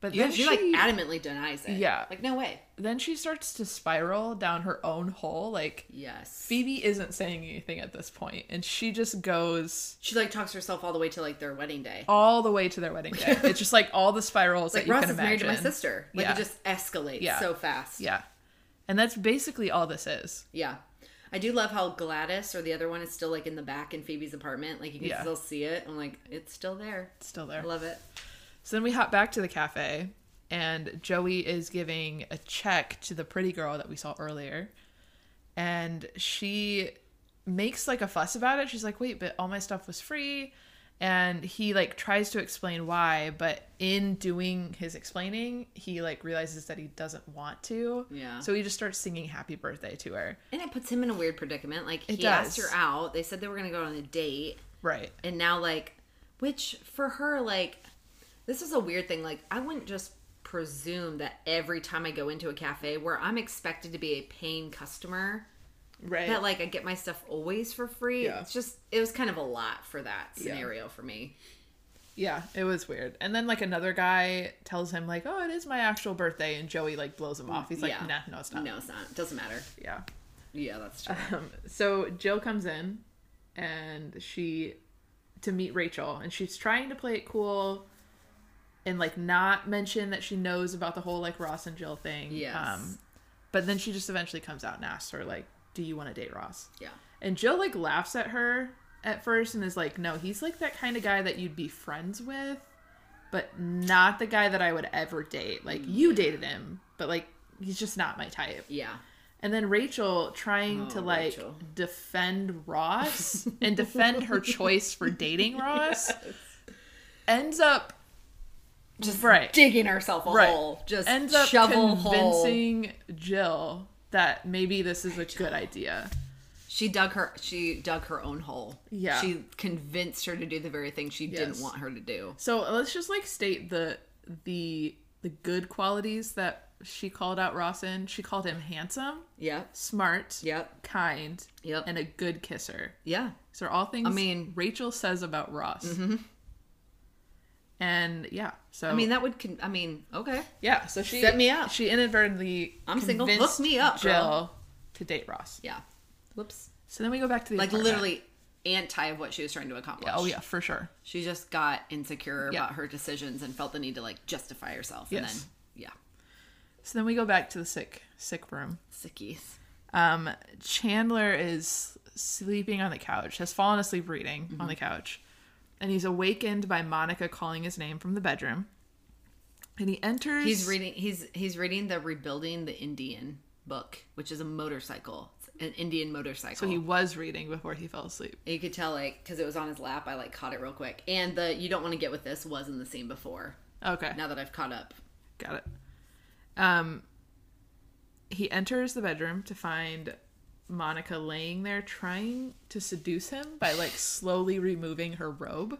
[SPEAKER 2] But
[SPEAKER 1] Yeah,
[SPEAKER 2] then
[SPEAKER 1] she, like adamantly denies it.
[SPEAKER 2] Yeah.
[SPEAKER 1] like no way.
[SPEAKER 2] then she starts to spiral down her own hole. Like
[SPEAKER 1] Yes,
[SPEAKER 2] Phoebe isn't saying anything at this point, and she just goes
[SPEAKER 1] she like talks herself all the way to like their wedding day.
[SPEAKER 2] all the way to their wedding
[SPEAKER 1] [laughs]
[SPEAKER 2] day. it's just like all the spirals
[SPEAKER 1] Like
[SPEAKER 2] that Oh, you
[SPEAKER 1] Ross
[SPEAKER 2] can
[SPEAKER 1] is
[SPEAKER 2] imagine.
[SPEAKER 1] married to my sister. Like
[SPEAKER 2] Yeah.
[SPEAKER 1] it just escalates
[SPEAKER 2] Yeah.
[SPEAKER 1] so fast.
[SPEAKER 2] Yeah, and that's basically all this is.
[SPEAKER 1] Yeah. I do love how Gladys or the other one is still like in the back in Phoebe's apartment. Like you can
[SPEAKER 2] Yeah.
[SPEAKER 1] still see it. I'm like, it's still there.
[SPEAKER 2] It's still
[SPEAKER 1] I
[SPEAKER 2] there.
[SPEAKER 1] love it.
[SPEAKER 2] So then we hop back to the cafe, and Joey is giving a check to the pretty girl that we saw earlier, and she makes like a fuss about it. She's like, "Wait, but all my stuff was free." And he like tries to explain why, but in doing his explaining, he like realizes that he doesn't want to.
[SPEAKER 1] Yeah.
[SPEAKER 2] So he just starts singing happy birthday to her.
[SPEAKER 1] And it puts him in a weird predicament. Like
[SPEAKER 2] It
[SPEAKER 1] he asked
[SPEAKER 2] does.
[SPEAKER 1] her out. They said they were gonna go on a date.
[SPEAKER 2] Right.
[SPEAKER 1] And now like which for her, like this is a weird thing. Like I wouldn't just presume that every time I go into a cafe where I'm expected to be a paying customer
[SPEAKER 2] Right.
[SPEAKER 1] that like I get my stuff always for free.
[SPEAKER 2] Yeah.
[SPEAKER 1] It's just it was kind of a lot for that scenario for me.
[SPEAKER 2] yeah, it was weird. And then like another guy tells him like, "Oh, it is my actual birthday," and Joey like blows him off. He's like,
[SPEAKER 1] Yeah.
[SPEAKER 2] "Nah, no, it's not."
[SPEAKER 1] No, it's not. Doesn't matter.
[SPEAKER 2] Yeah.
[SPEAKER 1] Yeah, that's true.
[SPEAKER 2] Um, so Jill comes in and she to meet Rachel and she's trying to play it cool and like not mention that she knows about the whole like Ross and Jill thing. Um,
[SPEAKER 1] Yes.
[SPEAKER 2] but then she just eventually comes out and asks her like, "Do you want to date Ross?"
[SPEAKER 1] Yeah.
[SPEAKER 2] And Jill like laughs at her at first and is like, "No, he's like that kind of guy that you'd be friends with, but not the guy that I would ever date. Like you dated him, but like he's just not my type."
[SPEAKER 1] Yeah.
[SPEAKER 2] And then Rachel trying
[SPEAKER 1] Oh,
[SPEAKER 2] to like
[SPEAKER 1] Rachel.
[SPEAKER 2] defend
[SPEAKER 1] [laughs]
[SPEAKER 2] Ross and defend her choice for dating Ross ends up
[SPEAKER 1] Just
[SPEAKER 2] Right.
[SPEAKER 1] digging herself a
[SPEAKER 2] Right.
[SPEAKER 1] hole. Just
[SPEAKER 2] ends up
[SPEAKER 1] shovel hole.
[SPEAKER 2] convincing Jill that maybe this is a good idea.
[SPEAKER 1] She dug her she dug her own hole.
[SPEAKER 2] Yeah.
[SPEAKER 1] She convinced her to do the very thing she
[SPEAKER 2] Yes.
[SPEAKER 1] didn't want her to do.
[SPEAKER 2] So uh, let's just like state the the the good qualities that she called out Ross in. She called him handsome,
[SPEAKER 1] Yep.
[SPEAKER 2] smart,
[SPEAKER 1] Yep.
[SPEAKER 2] kind,
[SPEAKER 1] Yep.
[SPEAKER 2] and a good kisser.
[SPEAKER 1] Yeah.
[SPEAKER 2] These are all things I
[SPEAKER 1] mean-
[SPEAKER 2] Rachel says about Ross. And yeah, so
[SPEAKER 1] Mm-hmm. I mean that would con- I mean, okay.
[SPEAKER 2] yeah, so she
[SPEAKER 1] Set me up.
[SPEAKER 2] She inadvertently
[SPEAKER 1] I'm single. Hook
[SPEAKER 2] convinced
[SPEAKER 1] me up,
[SPEAKER 2] Jill
[SPEAKER 1] girl.
[SPEAKER 2] to date Ross.
[SPEAKER 1] Yeah. Whoops.
[SPEAKER 2] So then we go back to the
[SPEAKER 1] Like
[SPEAKER 2] apartment.
[SPEAKER 1] literally anti of what she was trying to accomplish.
[SPEAKER 2] Oh yeah, for sure.
[SPEAKER 1] She just got insecure
[SPEAKER 2] Yeah.
[SPEAKER 1] about her decisions and felt the need to like justify herself. And
[SPEAKER 2] Yes.
[SPEAKER 1] then yeah.
[SPEAKER 2] So then we go back to the sick sick room.
[SPEAKER 1] Sickies.
[SPEAKER 2] Um, Chandler is sleeping on the couch, has fallen asleep reading on
[SPEAKER 1] Mm-hmm.
[SPEAKER 2] the couch, and he's awakened by Monica calling his name from the bedroom. And he enters.
[SPEAKER 1] He's reading he's he's reading the Rebuilding the Indian book, which is a motorcycle. It's an Indian motorcycle.
[SPEAKER 2] So he was reading before he fell asleep.
[SPEAKER 1] you could tell like cuz it was on his lap, I like caught it real quick. And the you don't want to get with this was in the scene before.
[SPEAKER 2] Okay,
[SPEAKER 1] Now that I've caught up.
[SPEAKER 2] got it. Um, he enters the bedroom to find Monica laying there trying to seduce him by
[SPEAKER 1] [sighs]
[SPEAKER 2] like slowly removing her robe.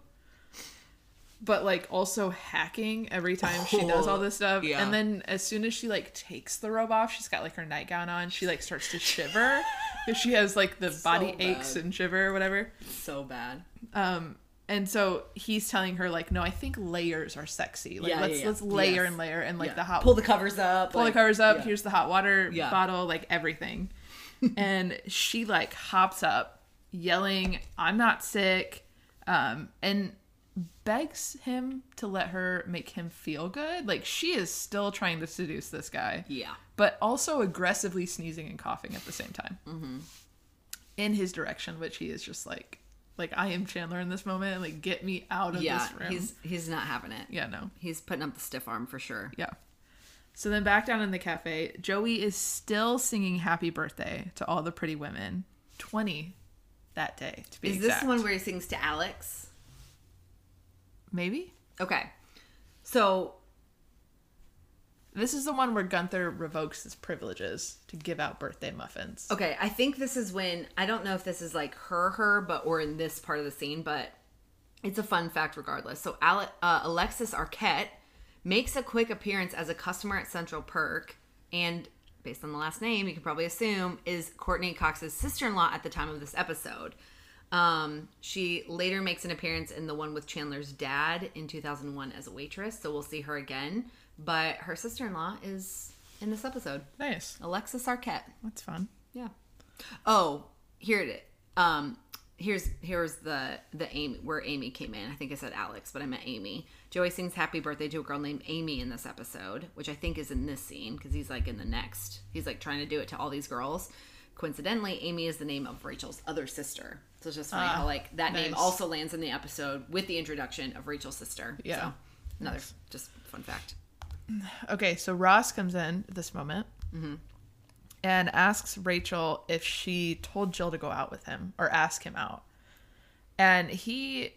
[SPEAKER 2] But like also hacking every time she does all this stuff.
[SPEAKER 1] Oh, Yeah.
[SPEAKER 2] And then as soon as she like takes the robe off, she's got like her nightgown on, she like starts
[SPEAKER 1] [laughs]
[SPEAKER 2] to shiver. Because she has like the body aches
[SPEAKER 1] bad.
[SPEAKER 2] and shiver or whatever.
[SPEAKER 1] So bad.
[SPEAKER 2] And so he's telling her, like, no, I think layers are sexy. Like
[SPEAKER 1] Yeah, yeah,
[SPEAKER 2] let's
[SPEAKER 1] yeah.
[SPEAKER 2] let's layer
[SPEAKER 1] Yes.
[SPEAKER 2] and layer and like
[SPEAKER 1] Yeah.
[SPEAKER 2] the hot
[SPEAKER 1] pull the covers up.
[SPEAKER 2] pull
[SPEAKER 1] like-
[SPEAKER 2] the covers up.
[SPEAKER 1] yeah.
[SPEAKER 2] Here's the hot water
[SPEAKER 1] Yeah.
[SPEAKER 2] bottle, like
[SPEAKER 1] [laughs]
[SPEAKER 2] everything. and she like hops up, yelling, "I'm not sick," um, and begs him to let her make him feel good. Like she is still trying to seduce this guy,
[SPEAKER 1] Yeah.
[SPEAKER 2] but also aggressively sneezing and coughing at the same time
[SPEAKER 1] Mm-hmm.
[SPEAKER 2] in his direction, which he is just like, like I am Chandler in this moment. Like get me out of
[SPEAKER 1] Yeah.
[SPEAKER 2] this room.
[SPEAKER 1] He's he's not having it.
[SPEAKER 2] yeah, no.
[SPEAKER 1] He's putting up the stiff arm for sure.
[SPEAKER 2] Yeah. So then back down in the cafe, Joey is still singing happy birthday to all the pretty women. 20 that day, to be
[SPEAKER 1] Is
[SPEAKER 2] exact.
[SPEAKER 1] this one where he sings to Alex?
[SPEAKER 2] Maybe?
[SPEAKER 1] Okay. So
[SPEAKER 2] This is the one where Gunther revokes his privileges to give out birthday muffins.
[SPEAKER 1] Okay, I think this is when I don't know if this is like her her, but or in this part of the scene, but it's a fun fact regardless. So Ale- uh, Alexis Arquette makes a quick appearance as a customer at Central Perk, and based on the last name, you can probably assume is Courtney Cox's sister-in-law at the time of this episode. Um, she later makes an appearance in the one with Chandler's dad in 2001 as a waitress, so we'll see her again. But her sister-in-law is in this episode,
[SPEAKER 2] Nice.
[SPEAKER 1] Alexis Arquette.
[SPEAKER 2] That's fun.
[SPEAKER 1] Yeah. Oh, here it. Um, here's here's the the Amy where Amy came in. I think I said Alex, but I meant Amy. Joey sings "Happy Birthday" to a girl named Amy in this episode, which I think is in this scene because he's like in the next. He's like trying to do it to all these girls. Coincidentally, Amy is the name of Rachel's other sister. So it's just funny how like that name
[SPEAKER 2] Ah, nice.
[SPEAKER 1] also lands in the episode with the introduction of Rachel's sister.
[SPEAKER 2] Yeah.
[SPEAKER 1] So, another just fun fact.
[SPEAKER 2] Okay, so Ross comes in at this moment and asks Rachel if she told Jill to go out with him or ask him out. And he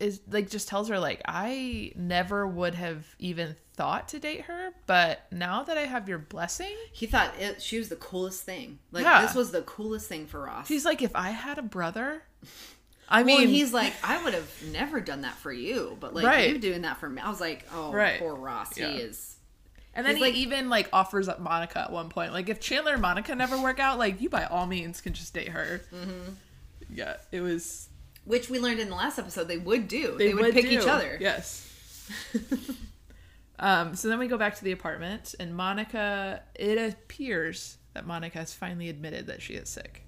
[SPEAKER 2] is like, just tells her, like, I never would have even thought to date her, but now that I have your blessing,
[SPEAKER 1] He thought it, she was the coolest thing. Like
[SPEAKER 2] Yeah.
[SPEAKER 1] this was the coolest thing for Ross.
[SPEAKER 2] he's like, if I had a brother, I
[SPEAKER 1] Well,
[SPEAKER 2] mean,
[SPEAKER 1] and he's like, I would have never done that for you, but like
[SPEAKER 2] Right.
[SPEAKER 1] you doing that for me. I was like, oh,
[SPEAKER 2] Right.
[SPEAKER 1] poor Ross.
[SPEAKER 2] Yeah.
[SPEAKER 1] He is.
[SPEAKER 2] and then
[SPEAKER 1] he's
[SPEAKER 2] he
[SPEAKER 1] like-
[SPEAKER 2] even like offers up Monica at one point. Like, if Chandler and Monica never work out, like, you by all means can just date her. Yeah, it was
[SPEAKER 1] Which we learned in the last episode they would do. They, would, pick
[SPEAKER 2] do.
[SPEAKER 1] each other.
[SPEAKER 2] Yes.
[SPEAKER 1] [laughs]
[SPEAKER 2] um, so then we go back to the apartment, and Monica. It appears that Monica has finally admitted that she is sick,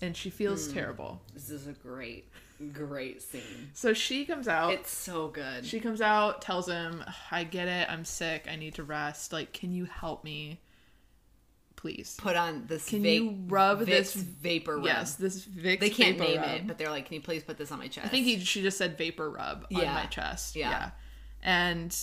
[SPEAKER 2] and she
[SPEAKER 1] Hmm.
[SPEAKER 2] feels terrible.
[SPEAKER 1] This is a great, great scene.
[SPEAKER 2] So she comes out.
[SPEAKER 1] It's so good.
[SPEAKER 2] she comes out, tells him, "I get it. I'm sick. I need to rest. Like, can you help me, please?"
[SPEAKER 1] Put on this.
[SPEAKER 2] Can
[SPEAKER 1] va-
[SPEAKER 2] you rub
[SPEAKER 1] Vicks
[SPEAKER 2] this-
[SPEAKER 1] vapor rub?
[SPEAKER 2] Yes, this Vicks
[SPEAKER 1] They can't
[SPEAKER 2] vapor
[SPEAKER 1] name
[SPEAKER 2] rub.
[SPEAKER 1] it, but they're like, can you please put this on my chest?
[SPEAKER 2] I think he, she just said vapor rub on
[SPEAKER 1] Yeah.
[SPEAKER 2] my chest.
[SPEAKER 1] Yeah.
[SPEAKER 2] And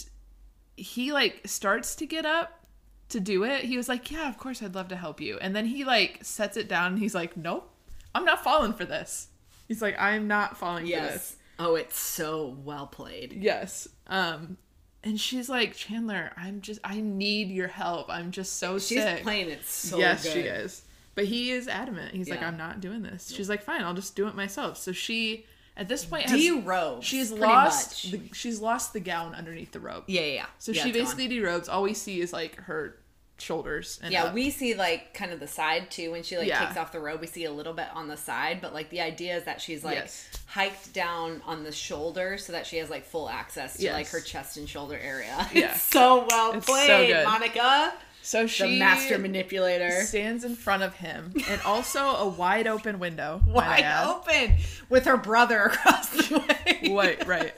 [SPEAKER 2] he like starts to get up to do it, he was like, "Yeah, of course, I'd love to help you." And then he like sets it down and he's like, "Nope, I'm not falling for this." He's like, "I'm not falling for this."
[SPEAKER 1] Yes. Oh, it's so well played.
[SPEAKER 2] Yes. Um, and she's like, Chandler, I'm just, I need your help. I'm just so
[SPEAKER 1] She's
[SPEAKER 2] sick.
[SPEAKER 1] playing it so
[SPEAKER 2] yes,
[SPEAKER 1] good.
[SPEAKER 2] she is. But he is adamant. He's like,
[SPEAKER 1] Yeah.
[SPEAKER 2] I'm not doing this. She's like, fine, I'll just do it myself. So she, at this point, has,
[SPEAKER 1] Derobes.
[SPEAKER 2] she's
[SPEAKER 1] pretty Much.
[SPEAKER 2] lost, the, she's lost the gown underneath the robe.
[SPEAKER 1] Yeah, yeah, yeah.
[SPEAKER 2] So
[SPEAKER 1] Yeah,
[SPEAKER 2] she
[SPEAKER 1] it's gone.
[SPEAKER 2] basically derobes. All we see is like her shoulders. And
[SPEAKER 1] Yeah,
[SPEAKER 2] up.
[SPEAKER 1] we see like kind of the side too when she like
[SPEAKER 2] Yeah.
[SPEAKER 1] takes off the robe. We see a little bit on the side, but like the idea is that she's like
[SPEAKER 2] Yes.
[SPEAKER 1] hiked down on the shoulder so that she has like full access to
[SPEAKER 2] Yes.
[SPEAKER 1] like her chest and shoulder area. [laughs]
[SPEAKER 2] Yeah.
[SPEAKER 1] It's so well
[SPEAKER 2] It's so
[SPEAKER 1] played,
[SPEAKER 2] good.
[SPEAKER 1] Monica,
[SPEAKER 2] So
[SPEAKER 1] the
[SPEAKER 2] she
[SPEAKER 1] master manipulator.
[SPEAKER 2] [laughs] stands in front of
[SPEAKER 1] [laughs]
[SPEAKER 2] him, and also a wide open window. might I add.
[SPEAKER 1] Wide open with her brother [laughs] across the way.
[SPEAKER 2] Wait,
[SPEAKER 1] [laughs]
[SPEAKER 2] right.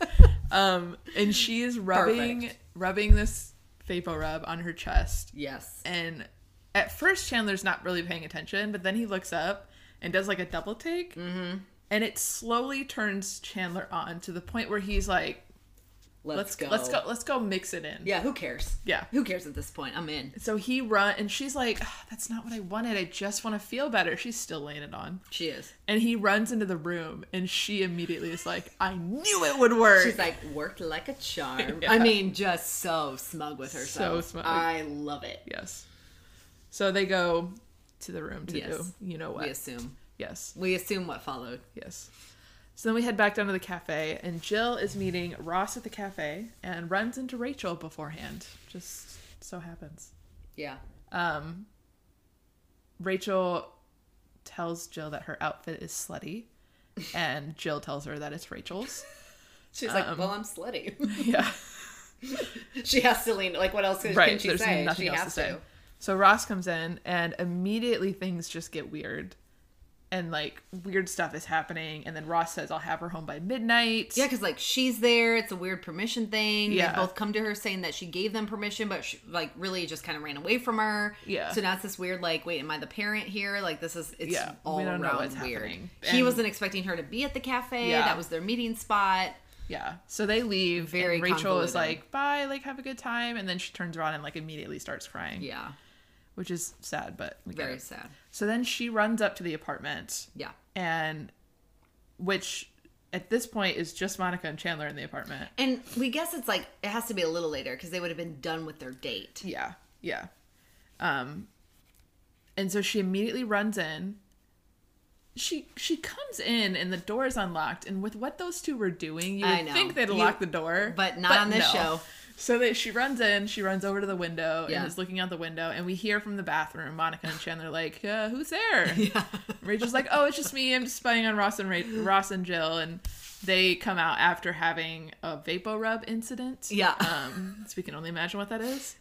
[SPEAKER 2] Um, and she is rubbing
[SPEAKER 1] Perfect.
[SPEAKER 2] rubbing this vapor rub on her chest.
[SPEAKER 1] Yes.
[SPEAKER 2] And at first, Chandler's not really paying attention, but then he looks up and does like a double take, mm-hmm. and it slowly turns Chandler on to the point where he's like,
[SPEAKER 1] Let's,
[SPEAKER 2] "Let's
[SPEAKER 1] go.
[SPEAKER 2] let's go, let's go, mix it in."
[SPEAKER 1] Yeah, who cares?
[SPEAKER 2] Yeah.
[SPEAKER 1] Who cares at this point? I'm in.
[SPEAKER 2] So he run, and she's like, "Ah, "That's not what I wanted. I just want to feel better." She's still laying it on,
[SPEAKER 1] She is.
[SPEAKER 2] and he runs into the room, and she immediately is like, "I knew it would work."
[SPEAKER 1] She's like worked like a charm.
[SPEAKER 2] [laughs] Yeah.
[SPEAKER 1] I mean, just so smug with herself.
[SPEAKER 2] smug.
[SPEAKER 1] I love it.
[SPEAKER 2] Yes. So they go to the room to
[SPEAKER 1] Yes.
[SPEAKER 2] do you know what?
[SPEAKER 1] We assume.
[SPEAKER 2] Yes.
[SPEAKER 1] We assume what followed.
[SPEAKER 2] Yes. So then we head back down to the cafe, and Jill is meeting Ross at the cafe and runs into Rachel beforehand. Just so happens.
[SPEAKER 1] Yeah.
[SPEAKER 2] Um, Rachel tells Jill that her outfit is slutty, and Jill tells her that
[SPEAKER 1] [laughs]
[SPEAKER 2] it's Rachel's.
[SPEAKER 1] She's
[SPEAKER 2] Um,
[SPEAKER 1] like, well, I'm slutty. [laughs]
[SPEAKER 2] Yeah.
[SPEAKER 1] she has to lean. Like, what else can,
[SPEAKER 2] right.
[SPEAKER 1] can she
[SPEAKER 2] There's
[SPEAKER 1] say?
[SPEAKER 2] nothing
[SPEAKER 1] she
[SPEAKER 2] else to
[SPEAKER 1] has
[SPEAKER 2] say. So Ross comes in, and immediately things just get weird, and like weird stuff is happening. And then Ross says, "I'll have her home by midnight."
[SPEAKER 1] Yeah, because like she's there. It's a weird permission thing.
[SPEAKER 2] Yeah.
[SPEAKER 1] They both come to her saying that she gave them permission, but she, like really just kind of ran away from her.
[SPEAKER 2] Yeah.
[SPEAKER 1] So now it's this weird like, wait, am I the parent here? Like this is it's
[SPEAKER 2] Yeah,
[SPEAKER 1] all
[SPEAKER 2] we don't know
[SPEAKER 1] around
[SPEAKER 2] what's
[SPEAKER 1] weird.
[SPEAKER 2] happening.
[SPEAKER 1] He
[SPEAKER 2] And-
[SPEAKER 1] wasn't expecting her to be at the cafe.
[SPEAKER 2] Yeah.
[SPEAKER 1] That was their meeting spot.
[SPEAKER 2] Yeah. So they leave.
[SPEAKER 1] Very
[SPEAKER 2] and Rachel
[SPEAKER 1] convoluted.
[SPEAKER 2] is like, "Bye, like have a good time," and then she turns around and like immediately starts crying,
[SPEAKER 1] Yeah.
[SPEAKER 2] which is sad, but we get
[SPEAKER 1] Very
[SPEAKER 2] it.
[SPEAKER 1] sad.
[SPEAKER 2] So then she runs up to the apartment,
[SPEAKER 1] Yeah.
[SPEAKER 2] and which at this point is just Monica and Chandler in the apartment.
[SPEAKER 1] And we guess it's like it has to be a little later because they would have been done with their date.
[SPEAKER 2] Yeah, yeah. Um, and so she immediately runs in. She she comes in and the door is unlocked. And with what those two were doing, you
[SPEAKER 1] I
[SPEAKER 2] would
[SPEAKER 1] know.
[SPEAKER 2] think they'd
[SPEAKER 1] You-
[SPEAKER 2] lock the door,
[SPEAKER 1] but not on this show.
[SPEAKER 2] [laughs] So that she runs in, she runs over to the window
[SPEAKER 1] Yeah.
[SPEAKER 2] and is looking out the window, and we hear from the bathroom Monica and Chandler like, uh,
[SPEAKER 1] [laughs]
[SPEAKER 2] "Who's there?" Yeah. Rachel's like, "Oh, it's just me. I'm just spying on Ross and Ra- Ross and Jill." And they come out after having a vapor rub incident.
[SPEAKER 1] Yeah.
[SPEAKER 2] Um, so we can only imagine what that is.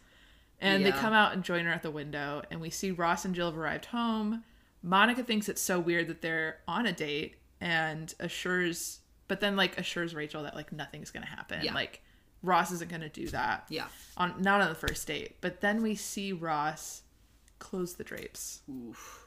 [SPEAKER 2] And they
[SPEAKER 1] Yeah.
[SPEAKER 2] come out and join her at the window, and we see Ross and Jill have arrived home. Monica thinks it's so weird that they're on a date and assures, but then like assures Rachel that like nothing's gonna happen.
[SPEAKER 1] Yeah.
[SPEAKER 2] Like Ross isn't gonna do that.
[SPEAKER 1] Yeah.
[SPEAKER 2] On not on the first date, but then we see Ross close the drapes,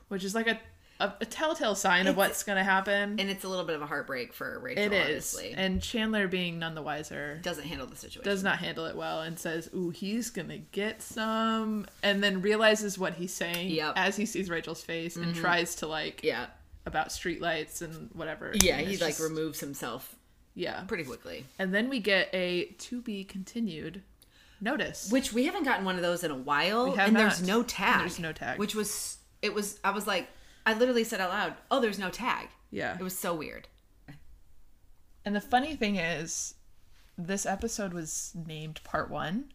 [SPEAKER 2] which is like a a, a telltale sign of what's gonna happen.
[SPEAKER 1] And it's a little bit of a heartbreak for Rachel.
[SPEAKER 2] It is,
[SPEAKER 1] Honestly.
[SPEAKER 2] and Chandler being none the wiser
[SPEAKER 1] doesn't handle the situation.
[SPEAKER 2] does not handle it well and says, "Ooh, he's gonna get some," and then realizes what he's saying
[SPEAKER 1] Yep. Mm-hmm.
[SPEAKER 2] as he sees Rachel's face and tries to like
[SPEAKER 1] yeah.
[SPEAKER 2] about streetlights and whatever.
[SPEAKER 1] Yeah,
[SPEAKER 2] And
[SPEAKER 1] he
[SPEAKER 2] it's
[SPEAKER 1] like
[SPEAKER 2] just-
[SPEAKER 1] removes himself
[SPEAKER 2] yeah,
[SPEAKER 1] pretty quickly.
[SPEAKER 2] and then we get a to be continued notice.
[SPEAKER 1] Which we haven't gotten one of those in a while.
[SPEAKER 2] We have
[SPEAKER 1] and there's
[SPEAKER 2] not.
[SPEAKER 1] no tag.
[SPEAKER 2] There's no tag.
[SPEAKER 1] Which was it was I was like I literally said out loud, Oh, there's no tag.
[SPEAKER 2] yeah,
[SPEAKER 1] It was so weird.
[SPEAKER 2] and the funny thing is, this episode was named Part One,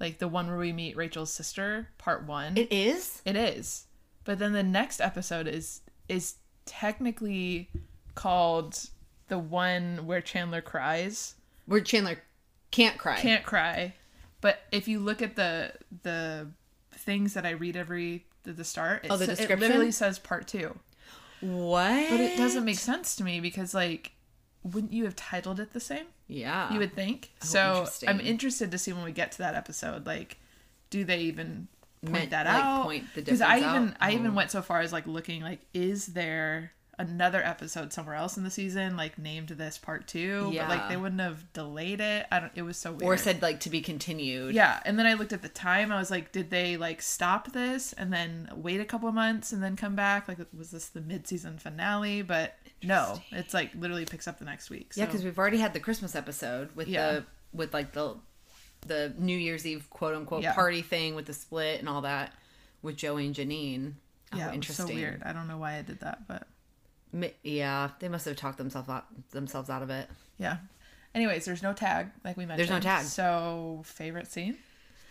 [SPEAKER 2] like the one where we meet Rachel's sister. Part One.
[SPEAKER 1] It is?
[SPEAKER 2] It is. But then the next episode is is technically called the one where Chandler cries.
[SPEAKER 1] Where Chandler can't cry.
[SPEAKER 2] Can't cry. But if you look at the the things that I read every at the start, it,
[SPEAKER 1] Oh, the
[SPEAKER 2] sa- it
[SPEAKER 1] description?
[SPEAKER 2] literally says part two.
[SPEAKER 1] what?
[SPEAKER 2] But it doesn't make sense to me because like wouldn't you have titled it the same?
[SPEAKER 1] Yeah.
[SPEAKER 2] You would think. so I'm
[SPEAKER 1] Oh, interesting.
[SPEAKER 2] interested to see when we get to that episode, like, do they even point
[SPEAKER 1] Meant,
[SPEAKER 2] that
[SPEAKER 1] like,
[SPEAKER 2] out?
[SPEAKER 1] point the
[SPEAKER 2] I
[SPEAKER 1] difference
[SPEAKER 2] even
[SPEAKER 1] out? Oh.
[SPEAKER 2] I even went so far as like looking like, is there another episode somewhere else in the season, like named this part two,
[SPEAKER 1] Yeah.
[SPEAKER 2] but like they wouldn't have delayed it. I don't. It was so weird.
[SPEAKER 1] or said like to be continued.
[SPEAKER 2] Yeah, and then I looked at the time. I was like, did they like stop this and then wait a couple of months and then come back? Like, was this the mid-season finale? But no, it's like literally picks up the next week. So.
[SPEAKER 1] Yeah, because we've already had the Christmas episode with
[SPEAKER 2] Yeah.
[SPEAKER 1] the with like the the New Year's Eve quote unquote
[SPEAKER 2] Yeah.
[SPEAKER 1] party thing with the split and all that with Joey and Janine. Oh,
[SPEAKER 2] yeah, it was so weird. I don't know why I did that, but
[SPEAKER 1] Mi- Yeah, they must have talked themselves out themselves out of it.
[SPEAKER 2] yeah. Anyways, there's no tag like we mentioned.
[SPEAKER 1] no tag.
[SPEAKER 2] So favorite scene?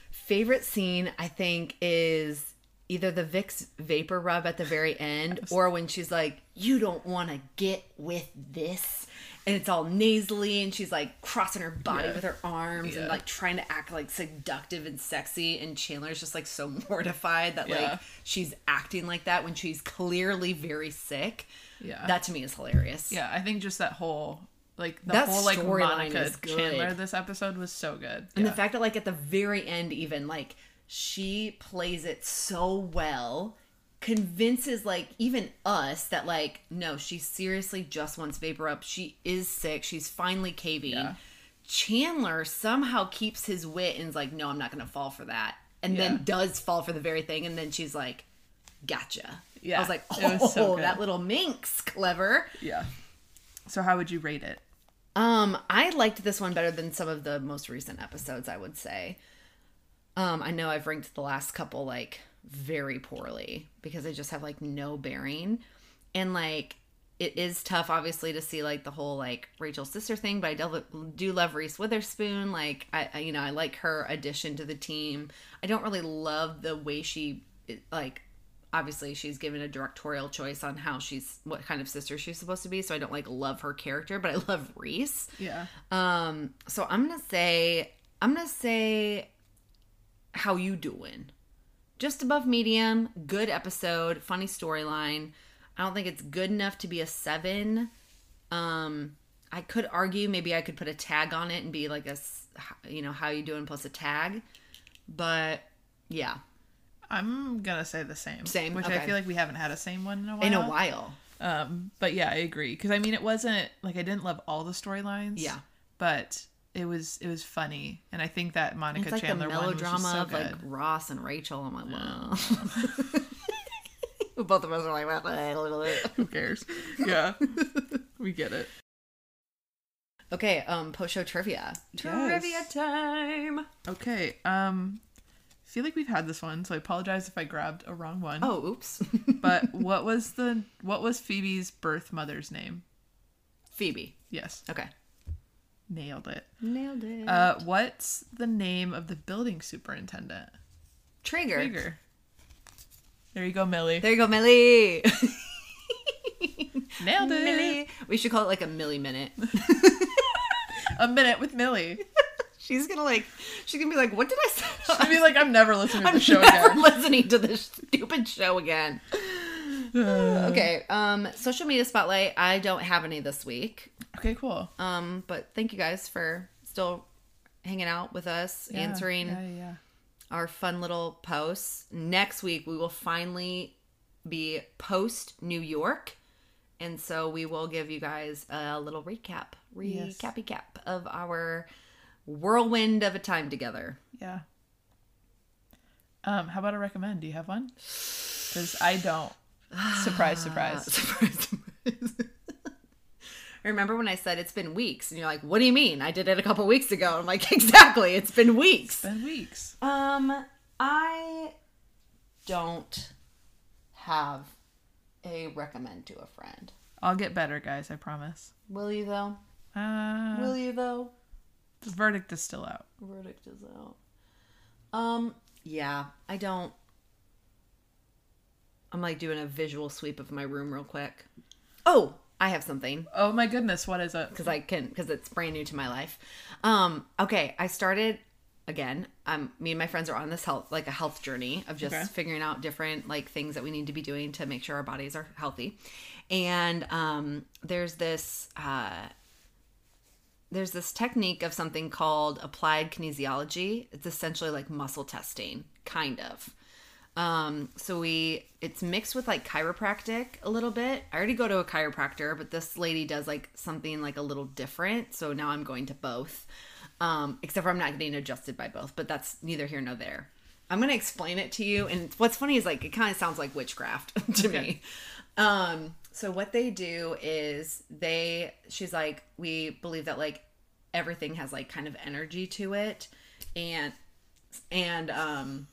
[SPEAKER 1] Favorite scene I think is either the Vicks vapor rub at the very end or when she's like, "You don't want to get with this." And it's all nasally, and she's like crossing her body
[SPEAKER 2] Yeah.
[SPEAKER 1] with her arms
[SPEAKER 2] Yeah.
[SPEAKER 1] and like trying to act like seductive and sexy. And Chandler's just like so [laughs] mortified that
[SPEAKER 2] Yeah.
[SPEAKER 1] like she's acting like that when she's clearly very sick.
[SPEAKER 2] Yeah.
[SPEAKER 1] That to me is hilarious.
[SPEAKER 2] Yeah, I think just that whole like the
[SPEAKER 1] That
[SPEAKER 2] whole like
[SPEAKER 1] storyline
[SPEAKER 2] Monica
[SPEAKER 1] is good.
[SPEAKER 2] Chandler this episode was so good.
[SPEAKER 1] And
[SPEAKER 2] Yeah.
[SPEAKER 1] the fact that like at the very end even like she plays it so well convinces like even us that like no she seriously just wants vapor up she is sick she's finally caving
[SPEAKER 2] Yeah.
[SPEAKER 1] chandler somehow keeps his wit and is like no i'm not gonna fall for that and
[SPEAKER 2] Yeah.
[SPEAKER 1] then does fall for the very thing and then she's like gotcha
[SPEAKER 2] Yeah,
[SPEAKER 1] i was like oh
[SPEAKER 2] it was so good.
[SPEAKER 1] that little minx clever
[SPEAKER 2] yeah. So how would you rate it?
[SPEAKER 1] um, I liked this one better than some of the most recent episodes, I would say. Um, I know I've ranked the last couple like very poorly because I just have like no bearing. And like it is tough obviously to see like the whole like Rachel's sister thing, but I del- do love Reese Witherspoon. Like I, I you know, I like her addition to the team. I don't really love the way she like obviously she's given a directorial choice on how she's what kind of sister she's supposed to be, so I don't like love her character, but I love Reese.
[SPEAKER 2] Yeah.
[SPEAKER 1] Um, so I'm gonna say I'm gonna say how you doing? Just above medium, good episode, funny storyline. I don't think it's good enough to be a seven. Um, I could argue maybe I could put a tag on it and be like a, s- you know, how you doing plus a tag, but yeah,
[SPEAKER 2] I'm gonna say the same.
[SPEAKER 1] Same,
[SPEAKER 2] Which I
[SPEAKER 1] okay.
[SPEAKER 2] feel like we haven't had a same one in a while.
[SPEAKER 1] in a while.
[SPEAKER 2] Um, but yeah, I agree. Because I mean, it wasn't like I didn't love all the storylines.
[SPEAKER 1] Yeah.
[SPEAKER 2] But it was it was funny, and I think that Monica
[SPEAKER 1] It's like
[SPEAKER 2] Chandler
[SPEAKER 1] the
[SPEAKER 2] one was
[SPEAKER 1] melodrama
[SPEAKER 2] just so
[SPEAKER 1] of like
[SPEAKER 2] good.
[SPEAKER 1] Ross and Rachel. I'm like, well, [laughs] both of us are like,
[SPEAKER 2] [laughs] Who cares? Yeah. we get it.
[SPEAKER 1] Okay, um, post show trivia. Trivia time.
[SPEAKER 2] Okay. Um, I feel like we've had this one, so I apologize if I grabbed a wrong one.
[SPEAKER 1] Oh, [laughs] oops.
[SPEAKER 2] But what was the what was Phoebe's birth mother's name?
[SPEAKER 1] Phoebe.
[SPEAKER 2] Yes,
[SPEAKER 1] Okay.
[SPEAKER 2] nailed it.
[SPEAKER 1] Nailed it.
[SPEAKER 2] Uh, what's the name of the building superintendent?
[SPEAKER 1] Trigger.
[SPEAKER 2] Bigger. There you go, Millie.
[SPEAKER 1] There you go, Millie.
[SPEAKER 2] Nailed
[SPEAKER 1] [laughs]
[SPEAKER 2] it.
[SPEAKER 1] Millie. We should call it like a Millie minute.
[SPEAKER 2] A minute with Millie.
[SPEAKER 1] [laughs] She's gonna like. She's gonna be like, "What did I say?" [laughs]
[SPEAKER 2] I mean, like I'm never listening to
[SPEAKER 1] I'm
[SPEAKER 2] the show
[SPEAKER 1] never
[SPEAKER 2] again.
[SPEAKER 1] listening to this stupid show again. okay. Um, social media spotlight. I don't have any this week.
[SPEAKER 2] Okay, cool.
[SPEAKER 1] Um, but thank you guys for still hanging out with us,
[SPEAKER 2] Yeah,
[SPEAKER 1] answering
[SPEAKER 2] Yeah, yeah.
[SPEAKER 1] our fun little posts. Next week, we will finally be post New York. And so we will give you guys a little recap,
[SPEAKER 2] Yes.
[SPEAKER 1] recappy cap of our whirlwind of a time together. [laughs]
[SPEAKER 2] Yeah. Um, how about a recommend? Do you have one? Because I don't.
[SPEAKER 1] Uh,
[SPEAKER 2] Surprise, [sighs] surprise.
[SPEAKER 1] surprise, surprise. I Remember when I said it's been weeks? And you're like, what do you mean? I did it a couple weeks ago. I'm like, [laughs] exactly. It's been weeks.
[SPEAKER 2] Been weeks.
[SPEAKER 1] Um, I don't have a recommend to a friend.
[SPEAKER 2] I'll get better, guys. I promise.
[SPEAKER 1] Will you though?
[SPEAKER 2] Uh,
[SPEAKER 1] Will you though?
[SPEAKER 2] the verdict is still out.
[SPEAKER 1] Verdict is out. Um, yeah, I don't. I'm like doing a visual sweep of my room real quick. Oh, I have something
[SPEAKER 2] Oh my goodness, what is it?
[SPEAKER 1] because I can because it's brand new to my life. Um, okay, I started again. Um, me and my friends are on this health like a health journey of just
[SPEAKER 2] Okay.
[SPEAKER 1] figuring out different like things that we need to be doing to make sure our bodies are healthy. And um, there's this uh, there's this technique of something called applied kinesiology. It's essentially like muscle testing, kind of. Um, so we it's mixed with like chiropractic a little bit. I already go to a chiropractor, but this lady does like something like a little different. So now I'm going to both. Um, except for I'm not getting adjusted by both, but that's neither here nor there. I'm gonna explain it to you. And what's funny is like it kind of sounds like witchcraft [laughs] to me. Um, so what they do is they she's like, we believe that like everything has like kind of energy to it and and um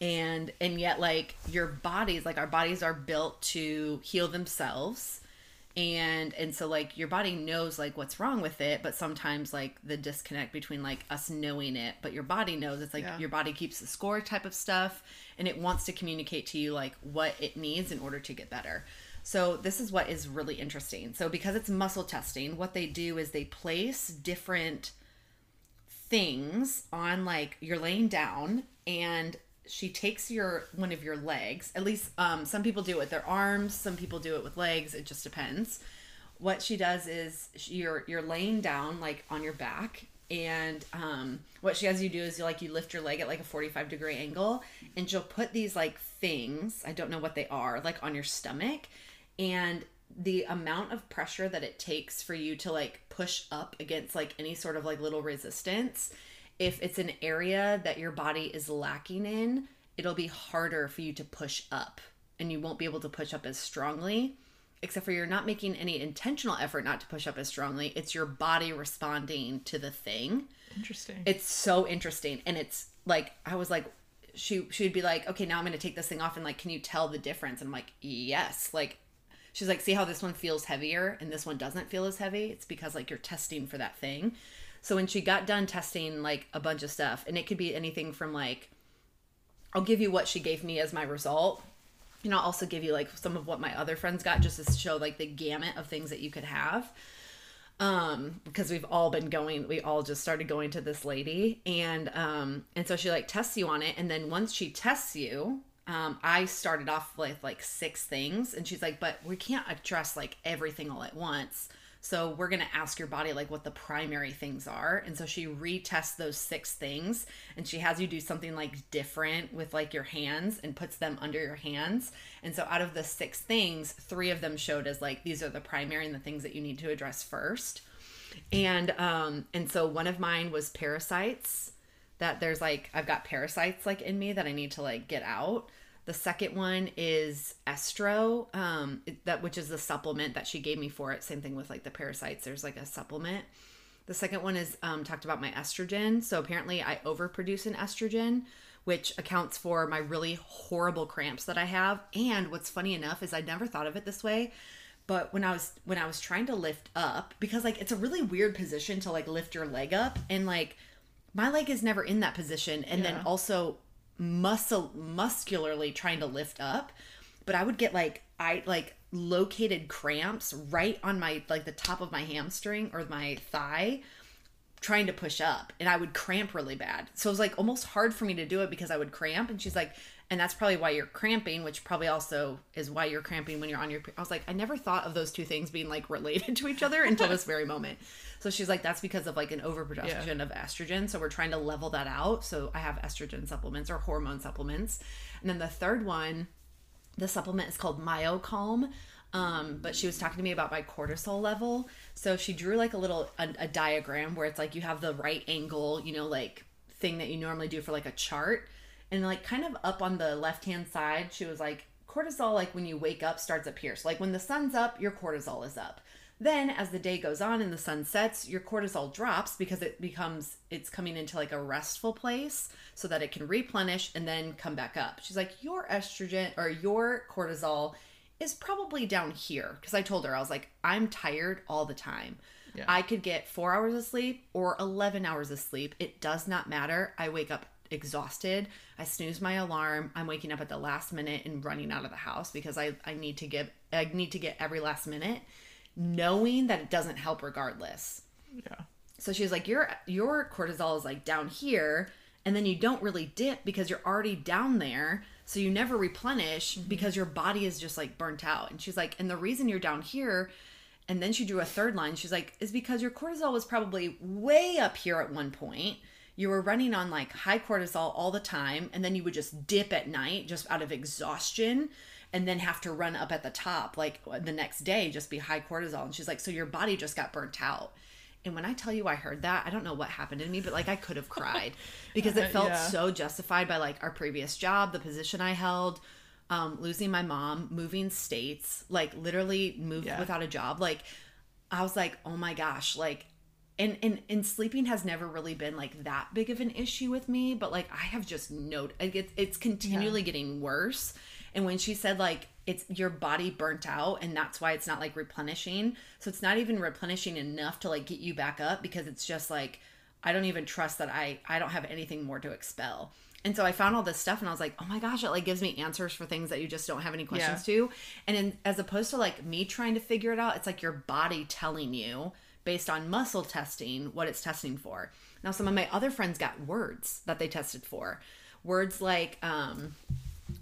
[SPEAKER 1] and and yet like your bodies like our bodies are built to heal themselves and and so like your body knows like what's wrong with it but sometimes like the disconnect between like us knowing it but your body knows it's like
[SPEAKER 2] Yeah.
[SPEAKER 1] your body keeps the score type of stuff and it wants to communicate to you like what it needs in order to get better so this is what is really interesting so because it's muscle testing what they do is they place different things on like you're laying down and she takes your one of your legs at least um, some people do it with their arms some people do it with legs it just depends what she does is she- you're you're laying down like on your back and um, what she has you do is you like you lift your leg at like a 45 degree angle and she'll put these like things i don't know what they are like on your stomach and the amount of pressure that it takes for you to like push up against like any sort of like little resistance if it's an area that your body is lacking in it'll be harder for you to push up and you won't be able to push up as strongly except for you're not making any intentional effort not to push up as strongly it's your body responding to the thing
[SPEAKER 2] Interesting.
[SPEAKER 1] it's so interesting and it's like i was like she she would be like okay now i'm gonna take this thing off and like can you tell the difference and i'm like yes like she's like see how this one feels heavier and this one doesn't feel as heavy it's because like you're testing for that thing so when she got done testing like a bunch of stuff and it could be anything from like i'll give you what she gave me as my result and i'll also give you like some of what my other friends got just to show like the gamut of things that you could have um because we've all been going we all just started going to this lady and um and so she like tests you on it and then once she tests you um i started off with like six things and she's like but we can't address like everything all at once so we're gonna ask your body like what the primary things are and so she retests those six things and she has you do something like different with like your hands and puts them under your hands and so out of the six things three of them showed as like these are the primary and the things that you need to address first and um and so one of mine was parasites that there's like I've got parasites like in me that I need to like get out. The second one is estro, um, it- that which is the supplement that she gave me for it. Same thing with like the parasites. There's like a supplement. The second one is um, talked about my estrogen. So apparently, I overproduce an estrogen, which accounts for my really horrible cramps that I have. And what's funny enough is I never thought of it this way, but when I was when I was trying to lift up, because like it's a really weird position to like lift your leg up, and like my leg is never in that position and then also muscle muscularly trying to lift up but i would get like i like located cramps right on my like the top of my hamstring or my thigh trying to push up and i would cramp really bad so it was like almost hard for me to do it because i would cramp and she's like and that's probably why you're cramping which probably also is why you're cramping when you're on your i was like i never thought of those two things being like related [laughs] to each other until this very moment so she's like that's because of like an overproduction
[SPEAKER 2] Yeah.
[SPEAKER 1] of estrogen. So we're trying to level that out. So I have estrogen supplements or hormone supplements. And then the third one, the supplement is called MyoCalm. Um, but she was talking to me about my cortisol level. So she drew like a little a, a diagram where it's like you have the right angle, you know, like thing that you normally do for like a chart. And like kind of up on the left hand side, she was like, cortisol, like when you wake up, starts up here. So like when the sun's up, your cortisol is up. Then, as the day goes on and the sun sets, your cortisol drops because it becomes it's coming into like a restful place so that it can replenish and then come back up. She's like, Your estrogen or your cortisol is probably down here. Because I told her, I was like, I'm tired all the time.
[SPEAKER 2] Yeah.
[SPEAKER 1] I could get four hours of sleep or 11 hours of sleep. It does not matter. I wake up exhausted. I snooze my alarm. I'm waking up at the last minute and running out of the house because I, I need to give I need to get every last minute knowing that it doesn't help regardless.
[SPEAKER 2] yeah.
[SPEAKER 1] So she was like, Your your cortisol is like down here, and then you don't really dip because you're already down there. So you never replenish because your body is just like burnt out. And she's like, and the reason you're down here, and then she drew a third line, she's like, is because your cortisol was probably way up here at one point. you were running on like high cortisol all the time and then you would just dip at night just out of exhaustion and then have to run up at the top like the next day just be high cortisol and she's like so your body just got burnt out and when i tell you i heard that i don't know what happened to me but like i
[SPEAKER 2] [laughs]
[SPEAKER 1] could have cried because it felt
[SPEAKER 2] Uh, Yeah.
[SPEAKER 1] so justified by like our previous job the position i held um, losing my mom moving states like literally moved
[SPEAKER 2] Yeah.
[SPEAKER 1] without a job like i was like oh my gosh like and, and and sleeping has never really been like that big of an issue with me but like i have just noted it's, it's continually getting worse and when she said like it's your body burnt out and that's why it's not like replenishing so it's not even replenishing enough to like get you back up because it's just like i don't even trust that i i don't have anything more to expel and so i found all this stuff and i was like oh my gosh it like gives me answers for things that you just don't have any questions to and in, as opposed to like me trying to figure it out it's like your body telling you based on muscle testing what it's testing for. Now, some of my other friends got words that they tested for. Words like, um,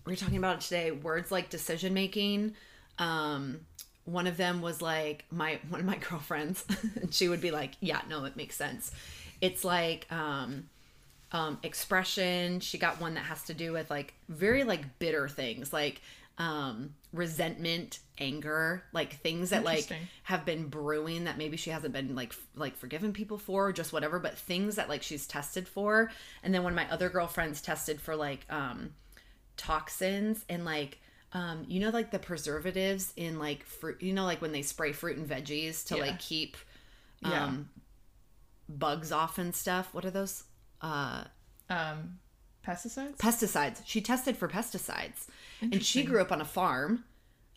[SPEAKER 1] we were talking about it today, words like decision making. Um, one of them was like my one of my [laughs] girlfriends, and she would be like, "Yeah, no, it makes sense." It's like um, um, expression. She got one that has to do with like very like bitter things, like um, resentment, anger, like things that like
[SPEAKER 2] Interesting.
[SPEAKER 1] have been brewing that maybe she hasn't been like f- like forgiving people for or just whatever but things that like she's tested for and then one of my other girlfriends tested for like um toxins and like um you know like the preservatives in like fruit you know like when they spray fruit and veggies to
[SPEAKER 2] Yeah.
[SPEAKER 1] like keep
[SPEAKER 2] Yeah.
[SPEAKER 1] um bugs off and stuff what are those uh
[SPEAKER 2] Um, pesticides.
[SPEAKER 1] pesticides. She tested for pesticides. And she grew up on a farm.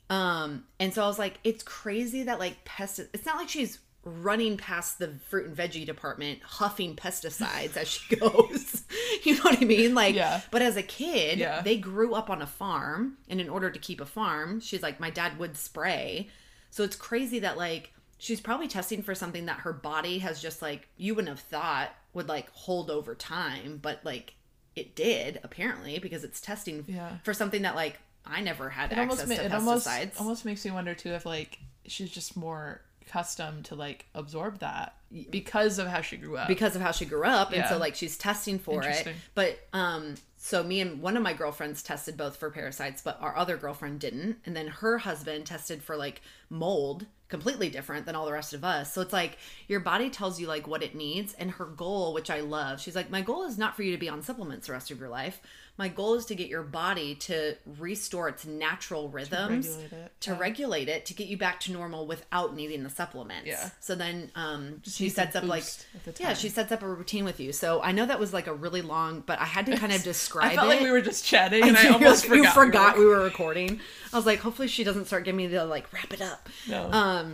[SPEAKER 1] Um, and so I was like, it's crazy that like pesti it's not like she's running past the fruit and veggie department huffing pesticides as she [laughs] goes. you know what I mean? Like
[SPEAKER 2] Yeah.
[SPEAKER 1] but as a kid,
[SPEAKER 2] Yeah.
[SPEAKER 1] they grew up on a farm and in order to keep a farm, she's like, My dad would spray. So it's crazy that like she's probably testing for something that her body has just like you wouldn't have thought would like hold over time, but like it did apparently because it's testing
[SPEAKER 2] Yeah.
[SPEAKER 1] for something that like I never had
[SPEAKER 2] It
[SPEAKER 1] access
[SPEAKER 2] almost ma-
[SPEAKER 1] to
[SPEAKER 2] it
[SPEAKER 1] pesticides.
[SPEAKER 2] almost almost makes me wonder too if like she's just more accustomed to like absorb that because of how she grew up.
[SPEAKER 1] because of how she grew up and so
[SPEAKER 2] Yeah.
[SPEAKER 1] like she's testing for it
[SPEAKER 2] Interesting.
[SPEAKER 1] but um so me and one of my girlfriends tested both for parasites but our other girlfriend didn't and then her husband tested for like mold completely different than all the rest of us so it's like your body tells you like what it needs and her goal which i love she's like my goal is not for you to be on supplements the rest of your life my goal is to get your body to restore its natural rhythms
[SPEAKER 2] regulate it,
[SPEAKER 1] to regulate it to get you back to normal without needing the supplements
[SPEAKER 2] Yeah.
[SPEAKER 1] so then um she
[SPEAKER 2] needs a
[SPEAKER 1] sets up like
[SPEAKER 2] boost at the
[SPEAKER 1] yeah
[SPEAKER 2] time.
[SPEAKER 1] she sets up a routine with you so i know that was like a really long but i had to kind of describe
[SPEAKER 2] [laughs] I felt
[SPEAKER 1] it
[SPEAKER 2] like we were just chatting and I
[SPEAKER 1] You're
[SPEAKER 2] almost
[SPEAKER 1] like, [laughs] you
[SPEAKER 2] forgot. we were-
[SPEAKER 1] forgot we were recording i was like hopefully she doesn't start giving me the like wrap it up
[SPEAKER 2] No.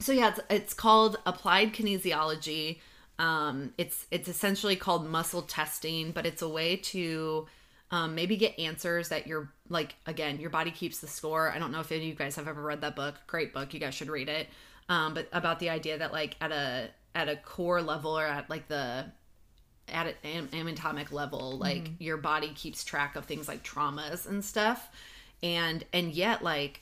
[SPEAKER 1] so yeah it's, it's called applied kinesiology um, it's it's essentially called muscle testing but it's a way to um, maybe get answers that you're like again your body keeps the score i don't know if any of you guys have ever read that book great book you guys should read it um, but about the idea that like at a at a core level or at like the at an am- anatomic level like your body keeps track of things like traumas and stuff and and yet like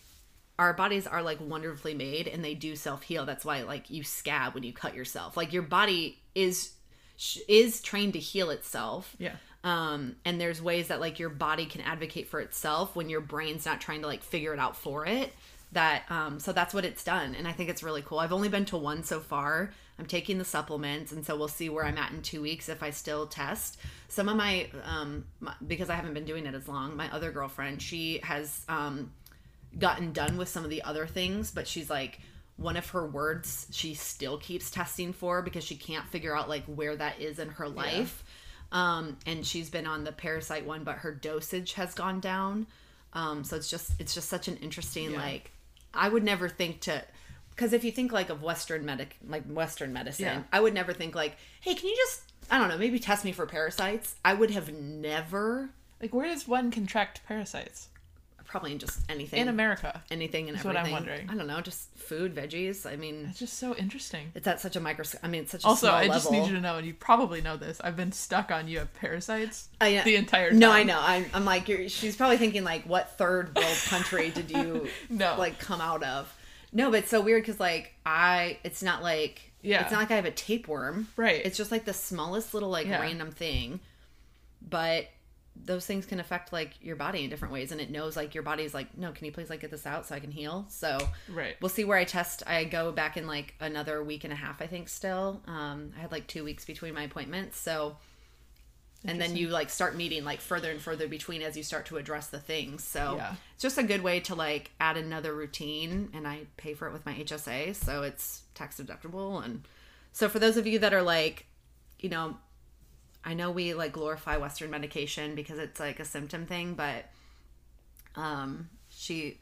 [SPEAKER 1] our bodies are like wonderfully made and they do self heal that's why like you scab when you cut yourself like your body is sh- is trained to heal itself
[SPEAKER 2] yeah.
[SPEAKER 1] um and there's ways that like your body can advocate for itself when your brain's not trying to like figure it out for it that um so that's what it's done and i think it's really cool i've only been to one so far i'm taking the supplements and so we'll see where i'm at in two weeks if i still test some of my um my, because i haven't been doing it as long my other girlfriend she has um gotten done with some of the other things, but she's like one of her words she still keeps testing for because she can't figure out like where that is in her life. Um, and she's been on the parasite one, but her dosage has gone down. Um, so it's just it's just such an interesting
[SPEAKER 2] Yeah.
[SPEAKER 1] like I would never think to because if you think like of Western medic like Western medicine,
[SPEAKER 2] Yeah.
[SPEAKER 1] I would never think like, hey, can you just I don't know, maybe test me for parasites. I would have never
[SPEAKER 2] Like where does one contract parasites?
[SPEAKER 1] probably in just anything
[SPEAKER 2] In America.
[SPEAKER 1] anything and
[SPEAKER 2] That's what I'm
[SPEAKER 1] everything.
[SPEAKER 2] wondering.
[SPEAKER 1] I don't know, just food, veggies. I mean,
[SPEAKER 2] It's just so interesting.
[SPEAKER 1] it's at such a microscope. I mean, it's such a
[SPEAKER 2] Also,
[SPEAKER 1] small
[SPEAKER 2] I just
[SPEAKER 1] level.
[SPEAKER 2] need you to know, and you probably know this. I've been stuck on you have parasites
[SPEAKER 1] I know.
[SPEAKER 2] the entire time.
[SPEAKER 1] No, I know. I'm, I'm like, you're, she's probably thinking like, what third world country did you
[SPEAKER 2] [laughs] No.
[SPEAKER 1] like come out of? No, but it's so weird because like I, it's not like
[SPEAKER 2] Yeah.
[SPEAKER 1] It's not like I have a tapeworm.
[SPEAKER 2] Right.
[SPEAKER 1] It's just like the smallest little like
[SPEAKER 2] Yeah.
[SPEAKER 1] random thing. But those things can affect like your body in different ways and it knows like your body's like, "No, can you please like get this out so I can heal?" So
[SPEAKER 2] right.
[SPEAKER 1] we'll see where I test. I go back in like another week and a half, I think still. Um I had like 2 weeks between my appointments, so and then you like start meeting like further and further between as you start to address the things. So
[SPEAKER 2] Yeah.
[SPEAKER 1] it's just a good way to like add another routine and I pay for it with my HSA, so it's tax deductible and so for those of you that are like, you know, I know we like glorify western medication because it's like a symptom thing, but um she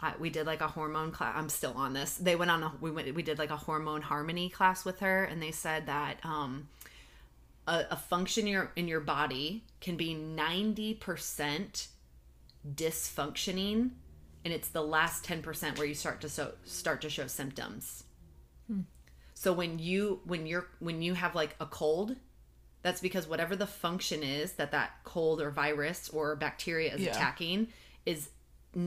[SPEAKER 1] I, we did like a hormone class. I'm still on this. They went on a we went we did like a hormone harmony class with her and they said that um a, a function in your in your body can be 90% dysfunctioning and it's the last 10% where you start to so, start to show symptoms so when you when you're when you have like a cold that's because whatever the function is that that cold or virus or bacteria is
[SPEAKER 2] Yeah.
[SPEAKER 1] attacking is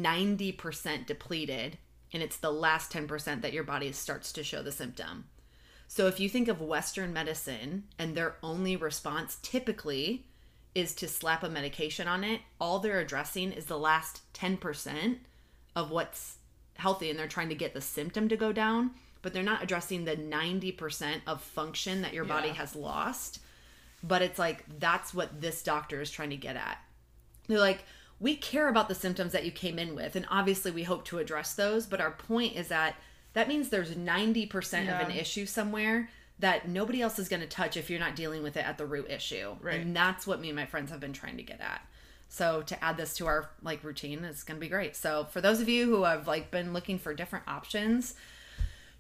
[SPEAKER 1] 90% depleted and it's the last 10% that your body starts to show the symptom so if you think of Western medicine and their only response typically is to slap a medication on it, all they're addressing is the last 10% of what's healthy and they're trying to get the symptom to go down, but they're not addressing the 90% of function that your body
[SPEAKER 2] Yeah.
[SPEAKER 1] has lost. But it's like that's what this doctor is trying to get at. They're like, we care about the symptoms that you came in with, and obviously we hope to address those. But our point is that that means there's 90% of an
[SPEAKER 2] Yeah.
[SPEAKER 1] issue somewhere that nobody else is going to touch if you're not dealing with it at the root issue.
[SPEAKER 2] Right.
[SPEAKER 1] And that's what me and my friends have been trying to get at. So to add this to our like routine is going to be great. So for those of you who have like been looking for different options,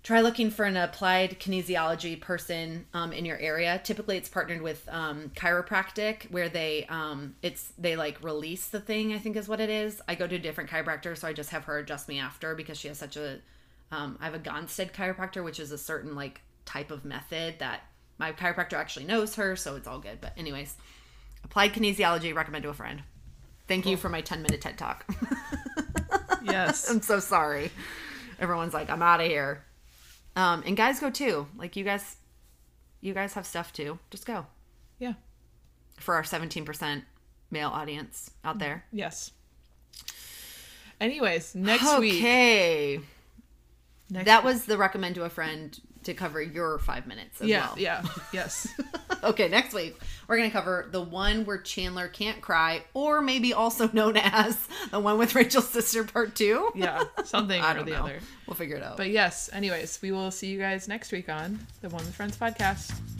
[SPEAKER 1] try looking for an applied kinesiology person um, in your area typically it's partnered with um, chiropractic where they um, it's they like release the thing i think is what it is i go to a different chiropractor so i just have her adjust me after because she has such a um, i have a gonstead chiropractor which is a certain like type of method that my chiropractor actually knows her so it's all good but anyways applied kinesiology recommend to a friend thank you for my 10 minute ted talk
[SPEAKER 2] [laughs]
[SPEAKER 1] [laughs]
[SPEAKER 2] yes.
[SPEAKER 1] I'm so sorry. Everyone's like, I'm out of here. Um, and guys go too. Like you guys, you guys have stuff too. Just go
[SPEAKER 2] Yeah.
[SPEAKER 1] for our 17% male audience out there.
[SPEAKER 2] Yes. Anyways, next week.
[SPEAKER 1] okay.
[SPEAKER 2] Next
[SPEAKER 1] That was the recommend to a friend to cover your five minutes as
[SPEAKER 2] Yeah.
[SPEAKER 1] well.
[SPEAKER 2] Yeah. Yes.
[SPEAKER 1] [laughs] okay, next week we're gonna cover the one where Chandler can't cry, or maybe also known [laughs] as the one with Rachel's sister part two.
[SPEAKER 2] Yeah. Something
[SPEAKER 1] I
[SPEAKER 2] or
[SPEAKER 1] don't
[SPEAKER 2] the
[SPEAKER 1] know.
[SPEAKER 2] other.
[SPEAKER 1] We'll figure it out.
[SPEAKER 2] But yes, anyways, we will see you guys next week on the One with Friends podcast.